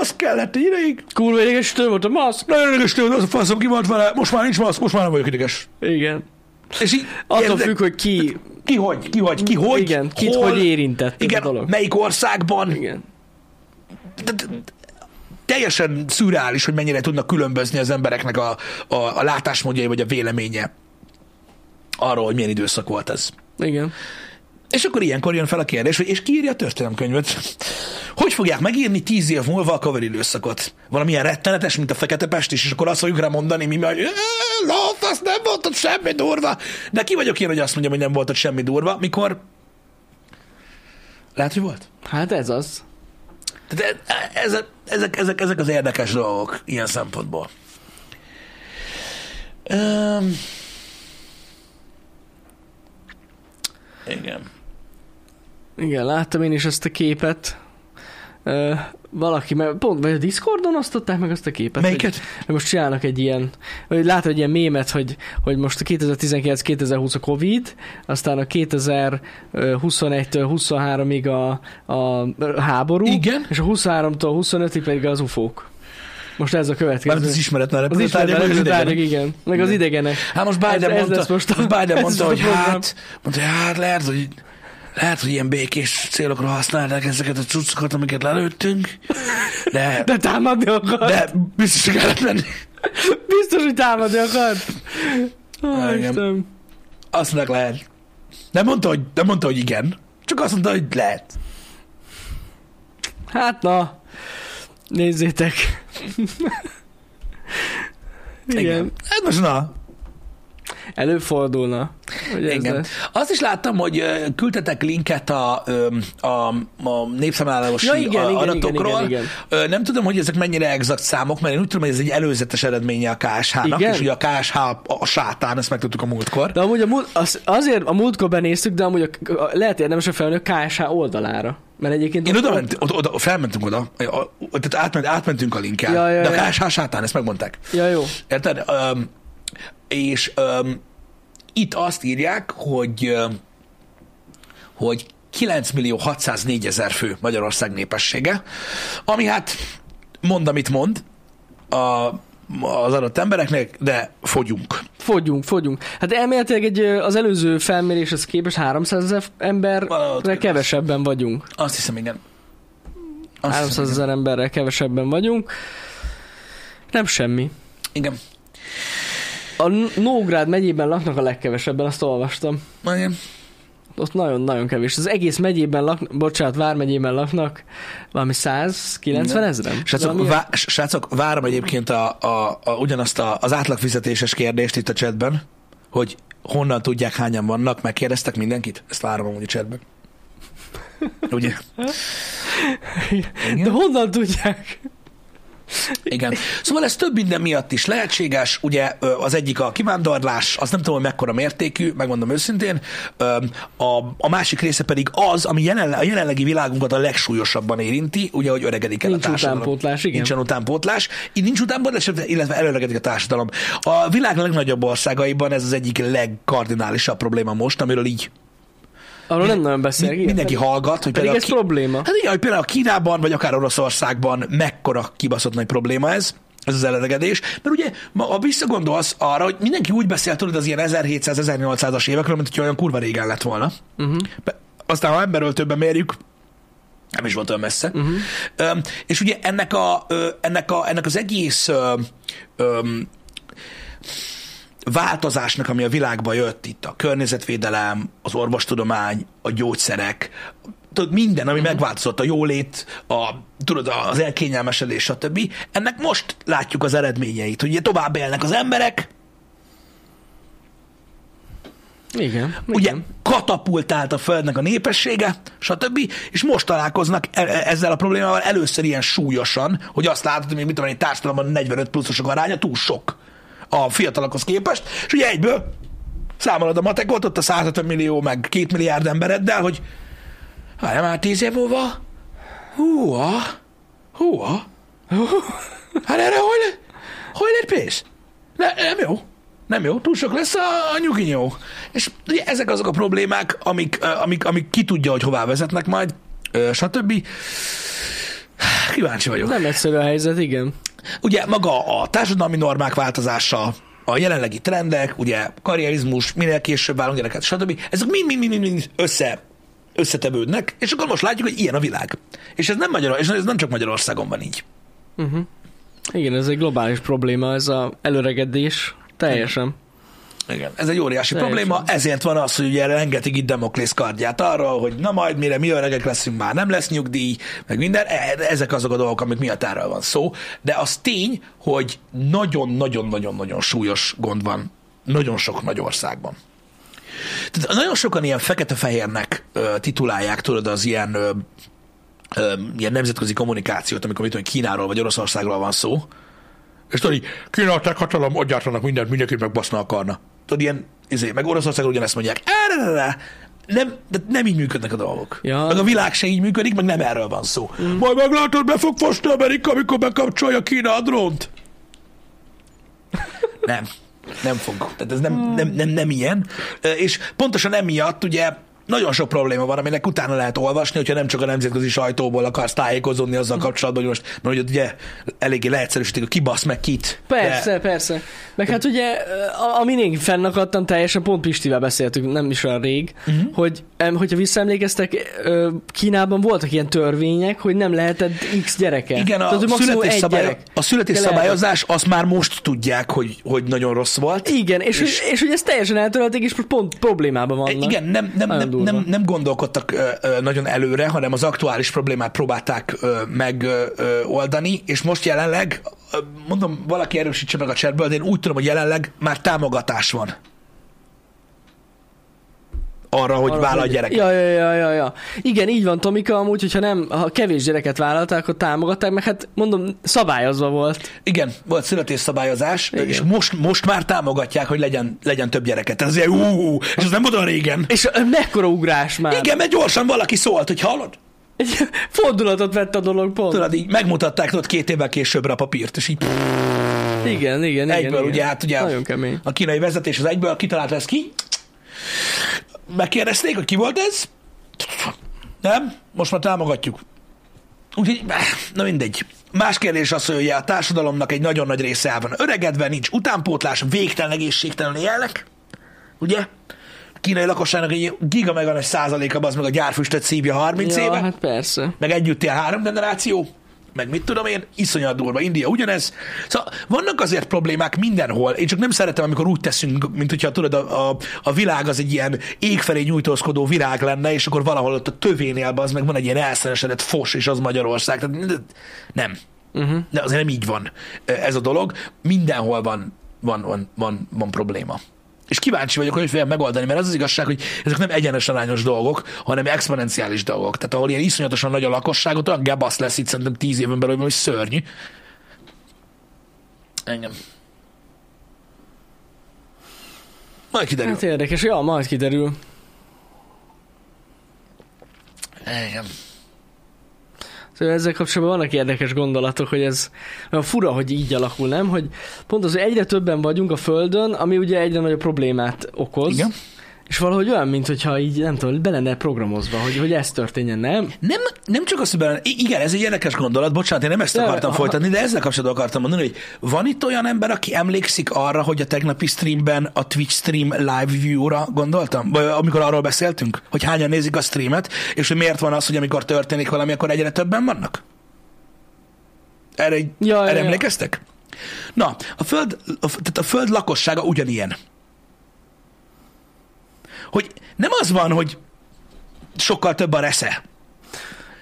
S1: az kellett egy ideig,
S2: Kurva ideges tő volt a maszk.
S1: nagyon ideges tőled, az a faszom ki volt vele, most már nincs masz, most már nem vagyok ideges.
S2: Igen.
S1: És így,
S2: Attól
S1: érted?
S2: függ, hogy ki,
S1: ki hogy, ki hogy, ki hogy,
S2: igen, kit hogy érintett
S1: igen,
S2: ez a dolog.
S1: melyik országban,
S2: Igen.
S1: de- de- de- teljesen szürreális, hogy mennyire tudnak különbözni az embereknek a, a, a látásmódjai vagy a véleménye arról, hogy milyen időszak volt ez.
S2: Igen.
S1: És akkor ilyenkor jön fel a kérdés, hogy és ki írja a történelemkönyvet? Hogy fogják megírni tíz év múlva a cover időszakot? Valamilyen rettenetes, mint a Fekete Pest is, és akkor azt fogjuk rá mondani, mi majd, lófasz, azt nem volt ott semmi durva. De ki vagyok én, hogy azt mondjam, hogy nem volt ott semmi durva, mikor lehet, hogy volt.
S2: Hát ez az.
S1: Tehát e- ezek, ezek, ezek, ezek az érdekes dolgok ilyen szempontból. Um, igen.
S2: Igen, láttam én is ezt a képet. Ö, valaki, mert pont vagy a Discordon osztották meg azt a képet.
S1: Melyiket?
S2: Hogy, hogy most csinálnak egy ilyen, vagy látod egy ilyen mémet, hogy, hogy most a 2019-2020 a Covid, aztán a 2021-től 23-ig a, a háború,
S1: Igen.
S2: és a 23-tól 25-ig pedig az ufók. Most ez a következő.
S1: Mármint az ismeretlen
S2: az
S1: repülőtárgyak, meg az
S2: ismeretlen
S1: idegenek.
S2: igen. Meg az idegenek.
S1: Hát most Biden
S2: Ez- ez
S1: mondta,
S2: lesz most a-
S1: most Biden
S2: ez
S1: mondta,
S2: lesz
S1: hogy
S2: a program.
S1: hát, mondta, hogy hát lehet, hogy lehet, hogy ilyen békés célokra használták ezeket a cuccokat, amiket lelőttünk, de, de,
S2: De hát- támadni akar.
S1: de biztos hogy kellett lenni.
S2: Biztos, hogy támadni akar.
S1: Ah,
S2: Ó,
S1: igen.
S2: Istenem.
S1: Azt mondták, lehet. Nem mondta, hogy, nem mondta, hogy igen, csak azt mondta, hogy lehet.
S2: Hát na, nézzétek. Igen. Igen.
S1: Hát most na,
S2: Előfordulna. Hogy ez
S1: Igen.
S2: lesz.
S1: Azt is láttam, hogy ö, küldtetek linket a, ö, a, a népszámlálós
S2: Ja, igen, igen,
S1: adatokról.
S2: igen, igen,
S1: Ö, Nem tudom, hogy ezek mennyire exakt számok, mert én úgy tudom, hogy ez egy előzetes eredménye a KSH-nak,
S2: Igen?
S1: és ugye a KSH a- a sátán, ezt megtudtuk a múltkor.
S2: De amúgy a múlt, az, azért a múltkor benéztük, de amúgy a, a, lehet érdemes a felmenni a KSH oldalára. Mert egyébként...
S1: Én
S2: ott-
S1: oda, ment, oda, oda felmentünk oda, a- a- tehát átment, átmentünk a linkkel,
S2: Ja, ja,
S1: de a
S2: ja.
S1: KSH sátán, ezt megmondták.
S2: Ja, jó.
S1: Érted? Öm, és öm, itt azt írják, hogy öm, hogy 9 millió 604 ezer fő Magyarország népessége, ami hát mond, amit mond a, az adott embereknek, de fogyunk.
S2: Fogyunk, fogyunk. Hát elméletileg egy, ö, az előző felméréshez képest 300 ezer
S1: Valahogy ott
S2: emberre
S1: körül.
S2: kevesebben vagyunk.
S1: Azt hiszem, igen. Azt
S2: 300
S1: hiszem,
S2: ezer emberrel kevesebben vagyunk. Nem semmi.
S1: igen.
S2: A N- Nógrád megyében laknak a legkevesebben, azt olvastam.
S1: igen. igen.
S2: Ott nagyon-nagyon kevés. Az egész megyében laknak, bocsánat, vármegyében laknak valami 190 ezeren.
S1: Srácok, vá, srácok, várom egyébként a, a, a, ugyanazt a, az átlagfizetéses kérdést itt a chatben, hogy honnan tudják, hányan vannak, megkérdeztek mindenkit? Ezt várom amúgy a chatben. Ugye?
S2: De honnan tudják?
S1: Igen. Szóval ez több minden miatt is lehetséges. Ugye ö, az egyik a kivándorlás, az nem tudom, hogy mekkora mértékű, megmondom őszintén. Ö, A, a másik része pedig az, ami jelen, a jelenlegi világunkat a legsúlyosabban érinti, ugye, hogy öregedik el
S2: Nincs
S1: a társadalom.
S2: utánpótlás, igen.
S3: Nincs
S1: Nincsen utánpótlás. Így nincs utánpótlás, illetve előregedik a társadalom. A világ legnagyobb országaiban ez az egyik legkardinálisabb probléma most, amiről így
S2: Arról nem nagyon beszélek.
S1: mi-
S2: igen.
S1: mindenki hallgat. Hogy
S2: Pedig
S1: például
S2: ez
S1: Ki-
S2: probléma.
S1: Hát igen, hogy például Kínában, vagy akár Oroszországban mekkora kibaszott nagy probléma ez, ez az eleregedés, mert ugye, ma, ha visszagondolsz arra, hogy mindenki úgy beszél tudod az ilyen 1700-1800-as évekről, mint hogyha olyan kurva régen lett volna.
S2: Mhm.
S1: Uh-huh. Aztán, ha emberöltőben mérjük, nem is volt olyan messze.
S2: Mhm.
S1: Uh-huh. Öm, és ugye ennek, a, ö, ennek, a, ennek az egész ö, öm, változásnak, ami a világba jött, itt a környezetvédelem, az orvostudomány, a gyógyszerek, tudod, minden, ami megváltozott, a jólét, a, tudod, az elkényelmesedés, stb. Ennek most látjuk az eredményeit, hogy ugye tovább élnek az emberek,
S2: Igen.
S1: ugye
S2: igen.
S1: katapultált a Földnek a népessége, stb., és most találkoznak e- e- ezzel a problémával először ilyen súlyosan, hogy azt látod, hogy még mit tudom én, egy társadalomban 45 pluszosok aránya túl sok a fiatalokhoz képest, és ugye egyből számolod a matekot, ott a 150 millió, meg 2 milliárd embereddel, hogy várjál már 10 év múlva, húha, húha, hát erre hogy, le- hogy lett pénz? Ne, nem jó. Nem jó, túl sok lesz a, a nyuginyó. És ugye ezek azok a problémák, amik, ö, amik, amik ki tudja, hogy hová vezetnek majd, ö, stb. Kíváncsi vagyok.
S2: Nem egyszerű a helyzet, igen.
S1: Ugye maga a társadalmi normák változása, a jelenlegi trendek, ugye karrierizmus, minél később válunk gyereket, stb. Ezek mind-mind-mind össze, összetevődnek, és akkor most látjuk, hogy ilyen a világ. És ez nem, Magyar, és ez nem csak Magyarországon van így.
S2: Igen, ez egy globális probléma, ez a előregedés. Teljesen.
S1: Igen. Ez egy óriási
S2: Teljesen.
S1: probléma, ezért van az, hogy ugye rengeteg itt Demoklész kardját arról, hogy na majd mire mi öregek leszünk, már nem lesz nyugdíj, meg minden. E- Ezek azok a dolgok, amik miatt erről van szó. De az tény, hogy nagyon-nagyon-nagyon-nagyon súlyos gond van nagyon sok nagy országban. Tehát nagyon sokan ilyen fekete-fehérnek ö, titulálják, tudod, az ilyen, ö, ö, ilyen nemzetközi kommunikációt, amikor mit tudom, Kínáról vagy Oroszországról van szó, és tudod, így, Kína, te hatalom, ott gyártanak mindent, mindenkit megbaszna akarna. Tudod, ilyen, izé, meg Oroszországon ugyanezt mondják. Erre, nem, de nem így működnek a dolgok.
S2: Ja.
S1: Meg a világ se így működik, meg nem erről van szó. Mm. Majd meglátod, be fog fosni Amerika, amikor bekapcsolja Kína a drónt. Nem, nem fog. Tehát ez nem, nem, nem, nem ilyen. Ö, És pontosan emiatt ugye nagyon sok probléma van, aminek utána lehet olvasni, hogyha nem csak a nemzetközi sajtóból akarsz tájékozódni azzal kapcsolatban, hogy most, mert ugye, ugye eléggé leegyszerűsítik a kibasz meg kit. de-
S2: Persze, persze. Meg hát ugye, a- amin én fennakadtam, teljesen pont Pistivel beszéltünk, nem is olyan rég,
S1: Mhm.
S2: uh-huh. hogy em, hogyha visszaemlékeztek, ö, Kínában voltak ilyen törvények, hogy nem lehetett X gyereke.
S1: Igen, a,
S2: hogy maximum egy
S1: születésszabály,
S2: gyerek.
S1: a születésszabályozás azt már most tudják, hogy, hogy nagyon rossz volt.
S2: Igen, és,
S1: És-
S2: és, és hogy ezt teljesen eltörölték, és pont problémában vannak.
S1: E, Igen, nem, nem,
S2: Nagyon
S1: nem,
S2: durva.
S1: nem, nem gondolkodtak ö, ö, nagyon előre, hanem az aktuális problémát próbálták ö, meg ö, ö, oldani, és most jelenleg, ö, mondom, valaki erősítse meg a cserből, de én úgy tudom, hogy jelenleg már támogatás van arra, hogy
S2: Arra,
S1: vállal
S2: hogy-
S1: gyereket.
S2: Ja, ja, ja, ja, ja. Igen, így van Tomika, amúgy, hogyha nem, ha kevés gyereket vállalták, akkor támogatták, meg hát mondom, szabályozva volt.
S1: Igen, volt születésszabályozás,
S2: Igen.
S1: és most, most már támogatják, hogy legyen, legyen több gyereket. Tehát azért, ú, ú, ú, és ez nem volt olyan régen.
S2: És ö, mekkora ugrás már.
S1: Igen, mert gyorsan valaki szólt, hogy hallod?
S2: Egy fordulatot vett a dolog pont.
S1: Tudod, így megmutatták tudod, két évvel későbbre a papírt, és így pff,
S2: Igen, igen, igen.
S1: egyből,
S2: igen.
S1: ugye, hát ugye
S2: Nagyon kemény.
S1: a kínai vezetés az egyből kitalált ez ki. Megkérdezték, hogy ki volt ez? Nem? Most már támogatjuk. Úgyhogy, na mindegy. Más kérdés az, hogy ugye a társadalomnak egy nagyon nagy része el van öregedve, nincs utánpótlás, végtelen egészségtelen élnek, ugye? A kínai lakosságnak egy giga meg a nagy százaléka az meg a gyárfüstöt szívja 30
S2: Ja,
S1: éve
S2: hát persze.
S1: meg együtt él három generáció, meg mit tudom én, iszonyat durva, India ugyanez. Szóval vannak azért problémák mindenhol, én csak nem szeretem, amikor úgy teszünk, mint hogyha tudod, a, a, a világ az egy ilyen ég felé nyújtózkodó virág lenne, és akkor valahol ott a tövénél az meg van egy ilyen elszenesedett fos, és az Magyarország. Tehát nem. Uh-huh. De azért nem így van ez a dolog. Mindenhol van, van, van, van, van probléma. És kíváncsi vagyok, hogy fogják megoldani, mert az az igazság, hogy ezek nem egyenes arányos dolgok, hanem exponenciális dolgok. Tehát ahol ilyen iszonyatosan nagy a lakosság, ott olyan gebasz lesz itt szerintem tíz éven belül, hogy szörnyű. Engem. Majd kiderül.
S2: Hát érdekes, ja, majd kiderül.
S1: Engem.
S2: Szóval ezzel kapcsolatban vannak érdekes gondolatok, hogy ez olyan fura, hogy így alakul, nem? Hogy pont az, hogy egyre többen vagyunk a Földön, ami ugye egyre nagyobb problémát okoz.
S1: Igen.
S2: És valahogy olyan, mintha így, nem tudom, be lenne programozva, hogy, hogy ez történjen, nem?
S1: Nem, nem csak azt, hogy bele- I- igen, ez egy érdekes gondolat, bocsánat, én nem ezt
S2: Nem,
S1: akartam
S2: aha.
S1: folytatni, de ezzel kapcsolatban akartam mondani, hogy van itt olyan ember, aki emlékszik arra, hogy a tegnapi streamben a Twitch stream live view-ra gondoltam? Vagy amikor arról beszéltünk, hogy hányan nézik a streamet, és hogy miért van az, hogy amikor történik valami, akkor egyre többen vannak? Erre, ja,
S2: Ja, ja,
S1: erre
S2: ja.
S1: emlékeztek? Na, a föld, a, f- tehát a föld lakossága ugyanilyen. Hogy nem az van, hogy sokkal több a resze,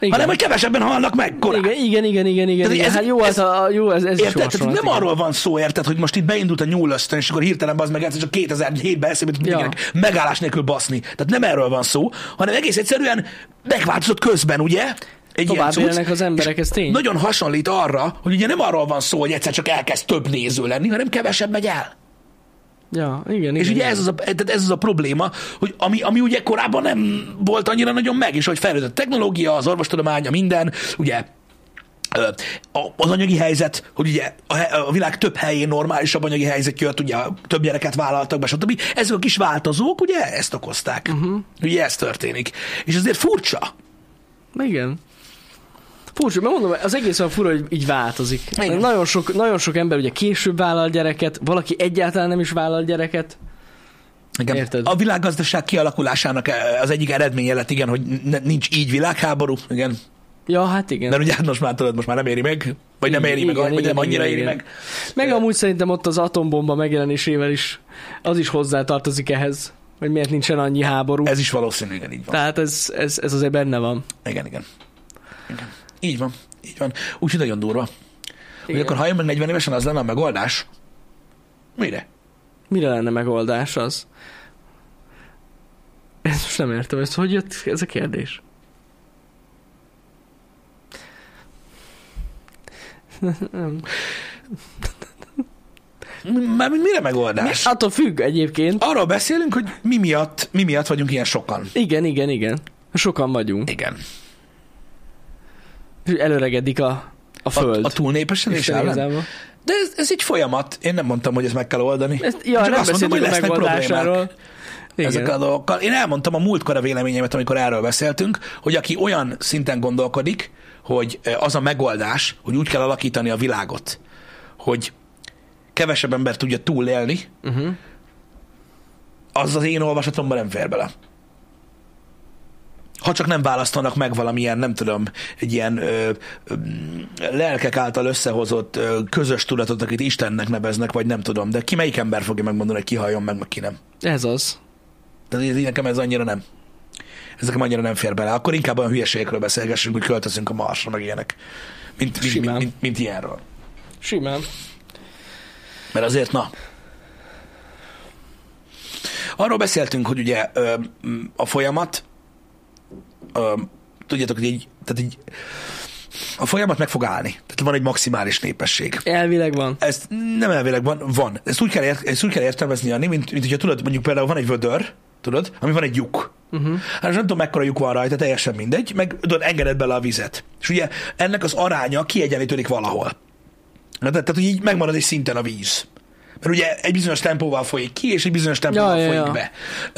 S2: Igen.
S1: hanem hogy kevesebben halnak meg korán.
S2: igen, igen, igen, igen, igen.
S1: Tehát
S2: igen.
S1: ez-
S2: hát jó,
S1: ez-
S2: ez, a, jó, ez, ez is
S1: Érted? Tehát
S2: hasonlat,
S1: nem
S2: igen.
S1: arról van szó, érted, hogy most itt beindult a nyúlösztön, és akkor hirtelen az meg egyszer csak 2007-ben eszébe jutott
S2: Ja.
S1: mindenkinek megállás nélkül baszni. Tehát nem erről van szó, hanem egész egyszerűen megváltozott közben, ugye? Egy
S2: Tovább
S1: cucc.
S2: élnek az emberek,
S1: És
S2: ez tény.
S1: Nagyon hasonlít arra, hogy ugye nem arról van szó, hogy egyszer csak elkezd több néző lenni, hanem kevesebb megy el.
S2: Ja, igen, igen.
S1: És ugye
S2: igen.
S1: ez az, a, tehát ez az a probléma, hogy ami, ami ugye korábban nem volt annyira nagyon meg, és hogy fejlődött a technológia, az orvostudománya, minden, ugye ö, a- az anyagi helyzet, hogy ugye a, he- a világ több helyén normálisabb anyagi helyzet jött, ugye több gyereket vállaltak be, stb. Ezek a kis változók ugye ezt okozták.
S2: Mhm.
S1: Uh-huh. Ugye ez történik. És azért furcsa.
S2: Igen. Furcsa, mert mondom, az egész olyan fura, hogy így változik.
S1: Igen.
S2: Nagyon sok, nagyon sok ember ugye később vállal gyereket, valaki egyáltalán nem is vállal gyereket.
S1: Igen.
S2: Érted?
S1: A világgazdaság kialakulásának eh, az egyik eredménye lett, igen, hogy n- nincs így világháború, igen,
S2: Ja, hát igen.
S1: Mert ugye hát most már tudod, most már nem éri meg, vagy nem éri
S2: Igen,
S1: meg, vagy
S2: igen,
S1: nem annyira
S2: igen,
S1: éri
S2: igen.
S1: meg.
S2: Meg amúgy szerintem ott az atombomba megjelenésével is, az is hozzátartozik ehhez, hogy miért nincsen annyi háború. Ez
S1: Ez is valószínű, igen, így van.
S2: Tehát ez, ez, ez azért benne van.
S1: Igen, igen. Igen. Így van, így van. Úgyhogy nagyon durva. Hogy
S2: Igen.
S1: akkor ha jön meg 40 évesen, az lenne a megoldás. Mire?
S2: Mire lenne megoldás az? Ezt most nem értem, ezt hogy jött ez a kérdés? Nem.
S1: M- Mármint mire megoldás?
S2: Attól függ egyébként.
S1: Arról beszélünk, hogy mi miatt, mi miatt vagyunk ilyen sokan.
S2: Igen, igen, igen. Sokan vagyunk.
S1: Igen.
S2: És Előregedik a, a föld.
S1: A, a túlnépesedés
S2: Isten
S1: ellen.
S2: igazából.
S1: De ez, ez egy folyamat. Én nem mondtam, hogy ezt meg kell oldani.
S2: Ezt, ja,
S1: Csak
S2: nem
S1: azt mondom,
S2: beszéltünk
S1: hogy
S2: a
S1: lesznek
S2: megoldásáról. Igen.
S1: ezekkel a dolgokkal. Én elmondtam a múltkor a véleményemet, amikor erről beszéltünk, hogy aki olyan szinten gondolkodik, hogy eh, az a megoldás, hogy úgy kell alakítani a világot, hogy kevesebb ember tudja túlélni,
S2: Uh-huh.
S1: az az én olvasatomban nem fér bele. Ha csak nem választanak meg valamilyen, nem tudom, egy ilyen ö, ö, lelkek által összehozott ö, közös tudatot, akit Istennek neveznek, vagy nem tudom, de ki melyik ember fogja megmondani, hogy ki halljon meg, meg ki nem.
S2: Ez az.
S1: Tehát így, így nekem ez annyira nem. Ez nekem annyira nem fér bele. Akkor inkább olyan hülyeségekről beszélgessünk, hogy költözünk a Marsra, meg ilyenek. Mint, mint,
S2: Simán.
S1: mint, mint, mint ilyenről.
S2: Simán.
S1: Mert azért, na. Arról beszéltünk, hogy ugye ö, m, a folyamat, ö, tudjátok, hogy így, tehát így, a folyamat meg fog állni. Tehát van egy maximális népesség.
S2: Elvileg van.
S1: Ezt nem elvileg van, van. Ezt úgy kell, ért, ezt úgy kell értelmezni, Jani, mint, mint hogyha tudod, mondjuk például van egy vödör, tudod, ami van egy lyuk. Uh-huh. Hát most nem tudom, mekkora lyuk van rajta, teljesen mindegy, meg tudod, engeded bele a vizet. És ugye ennek az aránya kiegyenlítődik valahol. Na, tehát, tehát, hogy így megmarad egy szinten a víz. Mert ugye egy bizonyos tempóval folyik ki, és egy bizonyos tempóval
S2: Ja,
S1: ja,
S2: ja,
S1: folyik
S2: ja.
S1: be.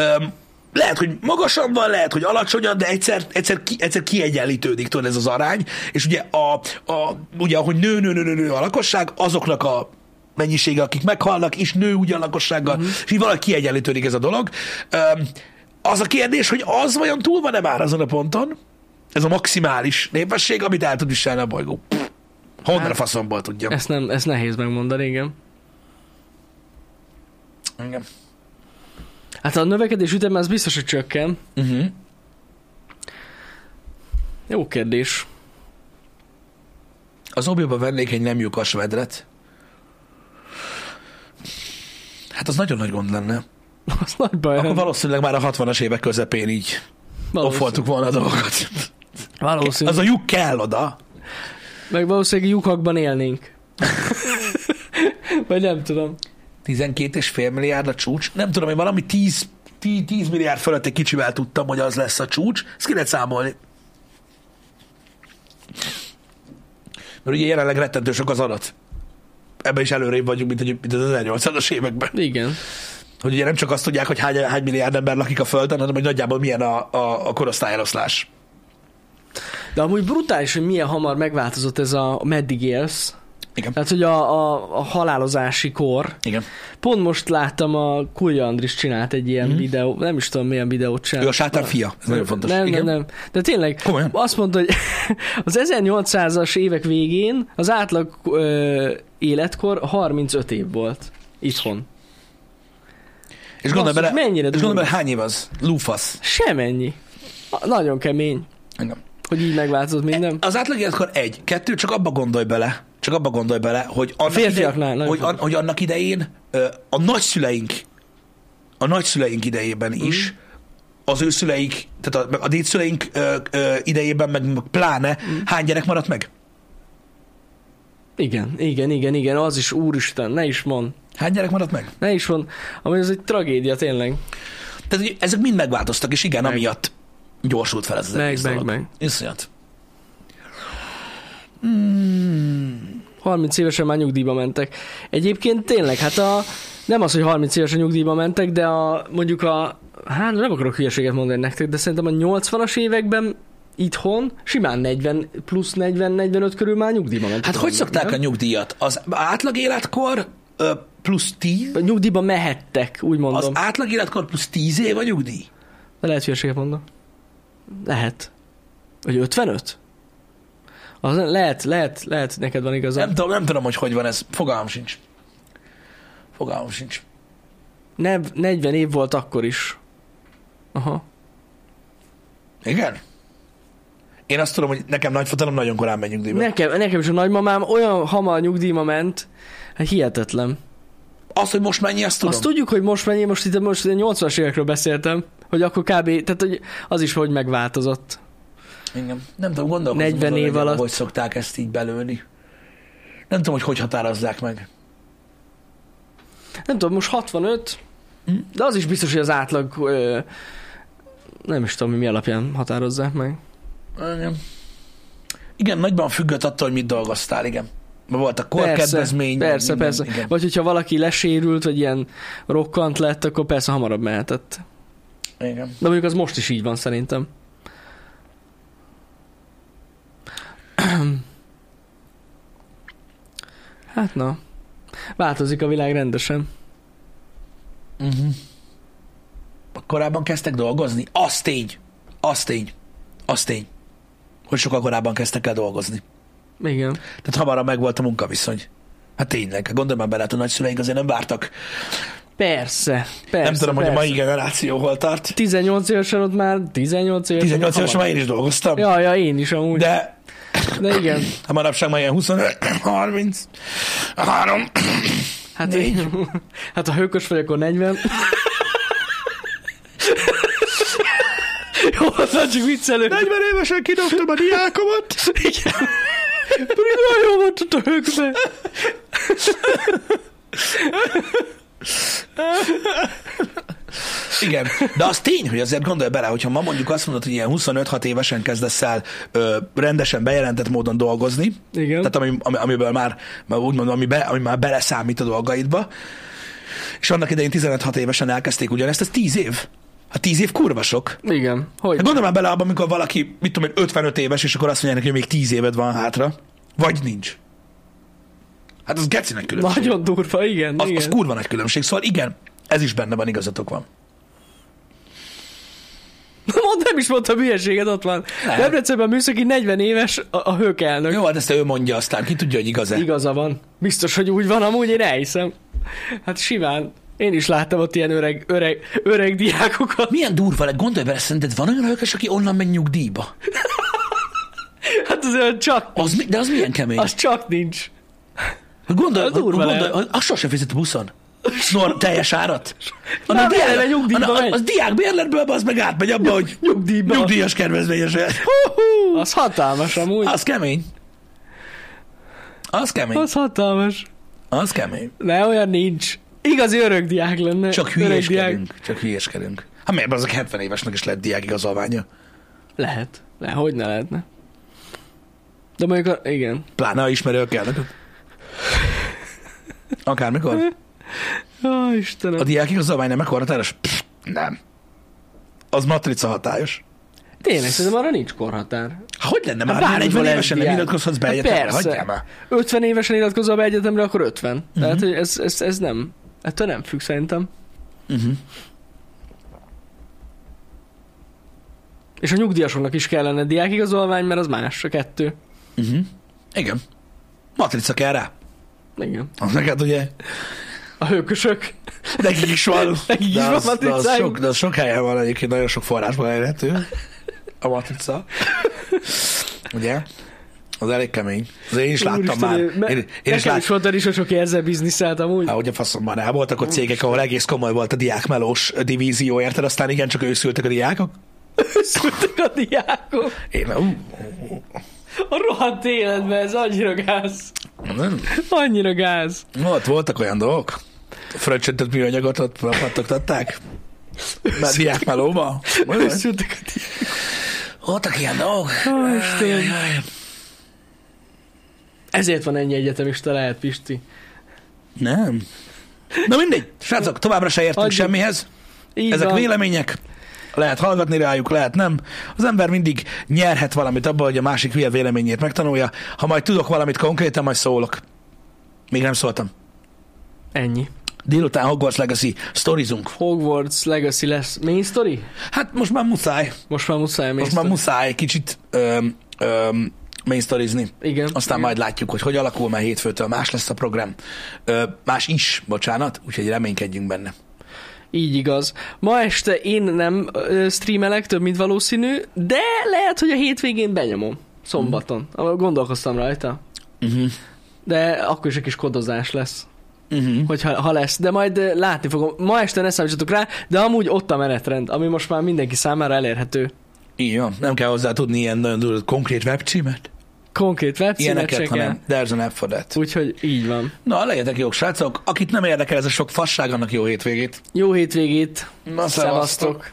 S1: Öm, lehet, hogy magasabban, lehet, hogy alacsonyan, de egyszer, egyszer, ki, egyszer kiegyenlítődik tudod, ez az arány, és ugye, a, a, ugye ahogy nő, nő, nő, nő, nő a lakosság, azoknak a mennyisége, akik meghalnak, is nő ugyan lakossággal,
S2: Mhm.
S1: uh-huh. és így valahogy kiegyenlítődik ez a dolog. Öm, az a kérdés, hogy az vajon túl van-e már azon a ponton, ez a maximális népesség, amit el tud viselni a bolygó. Pff, Honnan hát,
S2: Hát,
S1: a faszomból tudja.
S2: Ezt, nem, ezt nehéz megmondani, igen.
S1: Engem.
S2: Hát a növekedés üteme az biztos, hogy csökken.
S1: Uh-huh.
S2: Jó kérdés.
S1: Az obiba vennék egy nem lyukas vedret. Hát az nagyon nagy gond lenne.
S2: Az nagy baj.
S1: Akkor
S2: nem?
S1: valószínűleg már a 60-as évek közepén így
S2: valószínű.
S1: offoltuk volna a dolgokat.
S2: valószínű.
S1: Az a lyuk kell oda.
S2: Meg valószínűleg lyukakban élnénk. Vagy nem tudom.
S1: 12,5 milliárd a csúcs. Nem tudom, én valami 10, 10, 10 milliárd fölött egy kicsivel tudtam, hogy az lesz a csúcs. Ezt ki lehet számolni. Mert ugye jelenleg rettentő sok az adat. Ebben is előrébb vagyunk, mint, egy- mint az 1800-as években.
S2: Igen.
S1: Hogy ugye nem csak azt tudják, hogy hány, hány milliárd ember lakik a Földön, hanem hogy nagyjából milyen a, a, a korosztályeloszlás.
S2: De amúgy brutális, hogy milyen hamar megváltozott ez a meddig élsz.
S1: Igen.
S2: Tehát, hogy a, a, a halálozási kor.
S1: Igen.
S2: Pont most láttam, a Kulja Andris csinált egy ilyen mm. videó, nem is tudom milyen videót csinált.
S1: Ő Mhm. a sátán fia. Ez nagyon fontos.
S2: hát, Nem,
S1: Igen.
S2: nem, nem. De tényleg,
S1: Komolyan?
S2: azt mondta, hogy az 1800-as évek végén az átlag ö, életkor 35 év volt itthon.
S1: És gondolj
S2: Basszus,
S1: bele,
S2: mennyire
S1: és gondolj
S2: durva.
S1: bele, hány év az? Lúfasz.
S2: Semennyi. A- Nagyon kemény,
S1: Engem.
S2: hogy így megváltozott minden.
S1: Az átlag életkor egy, kettő, csak abba gondolj bele, csak abba gondolj bele, hogy annak,
S2: férfiaknál
S1: idején,
S2: nagyon
S1: hogy, an,
S2: fontos.
S1: hogy annak idején ö, a nagyszüleink, a nagyszüleink idejében
S2: Mhm.
S1: is, az ő szüleik, tehát a, meg a dédszüleink ö, ö, idejében, meg pláne,
S2: Mhm.
S1: hány gyerek maradt meg?
S2: Igen, igen, igen, igen, az is úristen, ne is mond.
S1: Hány gyerek maradt meg?
S2: Ne is mond. Ami az egy tragédia tényleg.
S1: Tehát hogy ezek mind megváltoztak, és igen, amiatt gyorsult fel ez az
S2: Meg,
S1: egész
S2: meg,
S1: dolog.
S2: meg.
S1: Iszonyat.
S2: 30 évesen már nyugdíjba mentek. Egyébként tényleg, hát a, nem az, hogy 30 évesen nyugdíjba mentek, de a, mondjuk a, hát nem akarok hülyeséget mondani nektek, de szerintem a 80-as években itthon simán 40 plusz 40-45 körül már nyugdíjba mentek.
S1: Hát hogy szokták a nyugdíjat? Az átlag életkor ö, plusz 10,
S2: a... Nyugdíjba mehettek, úgy
S1: az
S2: mondom.
S1: átlag életkor plusz 10 év a nyugdíj?
S2: De lehet hülyeséget mondom. Lehet. Vagy 55? Az lehet, lehet, lehet, neked van igazad.
S1: Nem tudom, nem tudom, hogy hogy van ez. Fogalmam sincs. Fogalmam sincs.
S2: Nem. 40 év volt akkor is. Aha.
S1: Igen? Én azt tudom, hogy nekem nagyfatalom nagyon korán megy nyugdíjba.
S2: Nekem, nekem is a nagymamám olyan hamar nyugdíjba ment, hát hihetetlen.
S1: Azt, hogy most mennyi, azt tudom.
S2: Tudom. Azt tudjuk, hogy most mennyi, most itt most a 80-as évekről beszéltem, hogy akkor kb. Tehát hogy az is, hogy megváltozott.
S1: Igen. Nem tudom, gondolkozom
S2: 40
S1: azon,
S2: év
S1: hogy
S2: alatt.
S1: Hogy szokták ezt így belőni. Nem tudom, hogy hogy határozzák meg.
S2: Nem tudom, most 65,
S1: Hm?
S2: de az is biztos, hogy az átlag ö, nem is tudom, mi alapján határozzák meg.
S1: Igen. Igen, nagyban függött attól, hogy mit dolgoztál, igen. Volt a korkedvezmény. meg
S2: persze,
S1: minden,
S2: persze.
S1: Igen.
S2: Vagy hogyha valaki lesérült, vagy ilyen rokkant lett, akkor persze hamarabb mehetett.
S1: igen.
S2: De mondjuk az most is így van szerintem. Hát na, változik a világ rendesen.
S1: Uh-huh. Korábban kezdtek dolgozni? Az tény. Az tény. Az tény. Hogy sokkal korábban kezdtek el dolgozni.
S2: Igen.
S1: Tehát hamarabb megvolt a munkaviszony. Hát tényleg, gondolj már bele, hát a nagyszüleink azért nem vártak. Persze,
S2: Persze, persze.
S1: nem tudom,
S2: persze.
S1: hogy a mai generáció hol tart.
S2: 18 évesen ott már, 18 évesen.
S1: 18 évesen már én is dolgoztam, ja.
S2: Ja, ja, én is amúgy. De,
S1: de
S2: de igen.
S1: a manapság már ilyen 25, 30, 3.
S2: Hát,
S1: Négy.
S2: én, hát ha hőkös vagy, akkor 40. Jó, az csak viccelő.
S1: 40 évesen kidobtam a diákomat.
S2: Igen. Pedig nagyon jól volt ott a högbe.
S1: Igen, de az tény, hogy azért gondolj bele, hogyha ma mondjuk azt mondod, hogy ilyen 25-6 évesen kezdesz el ö, rendesen bejelentett módon dolgozni,
S2: Igen.
S1: tehát ami, ami, amiből már, már úgymond, ami, be, ami már beleszámít a dolgaidba, és annak idején 15-6 évesen elkezdték ugyanezt, ez 10 év. Hát 10 év kurva sok.
S2: Igen, hogy?
S1: Hát gondolj már bele abban, amikor valaki, mit tudom én, 55 éves, és akkor azt mondják neki, hogy még 10 éved van hátra, vagy nincs. Hát az gecinek különbség.
S2: Nagyon durva, igen,
S1: Az,
S2: igen.
S1: az kurva nagy különbség. Szóval igen, ez is benne van, igazatok van.
S2: Mondd, nem is mondtam hülyeséget, ott van.
S1: Nem.
S2: Debrecenben műszaki 40 éves a, a hők elnök.
S1: Jó, hát ezt ő mondja aztán, ki tudja, hogy igaz-e.
S2: Igaza van. Biztos, hogy úgy van, amúgy én elhiszem. Hát simán. Én is láttam ott ilyen öreg, öreg, öreg diákokat.
S1: Milyen durva lett, gondolj bele, szerinted van olyan hölgyes, aki onnan megy nyugdíjba?
S2: Hát azért csak,
S1: Az, mi- de az milyen kemény.
S2: az
S1: Azt,
S2: csak nincs.
S1: gondolj,
S2: az
S1: hogy,
S2: durva
S1: gondolj,
S2: lehet.
S1: hogy azt sose fizet a buszon. Nor, teljes árat.
S2: Nem, eleve nyugdíjba
S1: annak-
S2: megy.
S1: az diák bérletből az meg átmegy abba, hogy
S2: Nyugdíjban.
S1: nyugdíjas kedvezményes.
S2: Az hatalmas amúgy.
S1: Az kemény. Az kemény.
S2: Az hatalmas.
S1: Az kemény.
S2: Ne, olyan nincs. Igazi örök diák lenne.
S1: Csak
S2: öreg diák.
S1: hülyéskedünk. Csak hülyéskedünk. Hát miért azok 70 évesnek is lett diák igazolványa?
S2: Lehet. Ne, hogy ne lehetne. De mondjuk, a... igen.
S1: Pláne, ha ismerők kellnek. Akármikor.
S2: Ó, Istenem.
S1: A diák igazolvány nem ekkora teres? Pff, nem. Az matrica hatályos.
S2: Tényleg, szerintem arra nincs korhatár.
S1: Há, Hogy lenne már?
S2: bármikor
S1: 40
S2: lehet
S1: évesen nem
S2: diák.
S1: iratkozhatsz be
S2: Hát
S1: egyetemre?
S2: persze.
S1: Hagyjál már.
S2: 50 évesen iratkozol be egyetemre, akkor 50. Uh-huh. Tehát, hogy ez, ez, ez nem. Ettől nem függ szerintem.
S1: Uh-huh.
S2: És a nyugdíjasoknak is kellene diákigazolvány, mert az más, a kettő.
S1: Uh-huh. Igen. Matrica kell rá.
S2: Igen.
S1: Az neked ugye
S2: A hőkösök.
S1: Nekik is van.
S2: Nekik is
S1: de
S2: van
S1: az, de az
S2: matricájuk.
S1: sok, de az sok helyen van egyébként, nagyon sok forrásban elérhető. A matrica. Ugye? Az elég kemény. Az én is láttam
S2: Úristen,
S1: már.
S2: ő- me-
S1: Én, én is
S2: nekem is
S1: láttam.
S2: volt is, aki ezzel bizniszelt amúgy.
S1: Hát, hogy a faszomban rá voltak ott cégek, ahol egész komoly volt a diákmelós divízió, érted? Aztán igen, csak őszültek a diákok.
S2: Szültek a diákok.
S1: Én, ú,
S2: A rohadt életben ez annyira gáz.
S1: nem.
S2: Annyira gáz.
S1: Volt, voltak olyan dolgok. Fröccsöntött műanyagot ott pattogtatták. Már diákmelóba.
S2: Szültek a diákok.
S1: Voltak ilyen dolgok.
S2: Ó,
S1: Jaj,
S2: Istenem.
S1: jaj.
S2: Ezért van ennyi egyetemista lehet, Pisti.
S1: Nem. Na mindegy, srácok, továbbra se értünk
S2: Adjuk.
S1: semmihez.
S2: Így
S1: Ezek
S2: van.
S1: vélemények. Lehet hallgatni rájuk, lehet nem. Az ember mindig nyerhet valamit abból, hogy a másik hülye véleményét megtanulja. Ha majd tudok valamit konkrétan, majd szólok. Még nem szóltam.
S2: Ennyi.
S1: Délután Hogwarts Legacy sztorizunk.
S2: Hogwarts Legacy lesz main story?
S1: Hát most már muszáj. Most
S2: Most már muszáj main
S1: már
S2: story.
S1: muszáj kicsit öm, öm, main sztorizni.
S2: Igen.
S1: Aztán
S2: Igen.
S1: majd látjuk, hogy hogy alakul, mert hétfőtől más lesz a program. Ö, más is, bocsánat, úgyhogy reménykedjünk benne.
S2: Így igaz. Ma este én nem ö, streamelek, több mint valószínű, de lehet, hogy a hétvégén benyomom. Szombaton. Mm. Gondolkoztam rajta. Mhm.
S1: Uh-huh.
S2: De akkor is egy kis kodozás lesz,
S1: Uh-huh.
S2: hogyha, ha lesz. De majd ö, látni fogom. Ma este ne számítsatok rá, de amúgy ott a menetrend, ami most már mindenki számára elérhető.
S1: Így van. Nem kell hozzá tudni ilyen nagyon durva konkrét webcímet.
S2: Konkrét webcímet se
S1: Ilyeneket,
S2: kell.
S1: hanem there's an app for that.
S2: Úgyhogy így van.
S1: Na, legyetek jók, srácok. Akit nem érdekel ez a sok fasság, annak jó hétvégét.
S2: Jó hétvégét!
S1: Na,
S2: Szevasztok!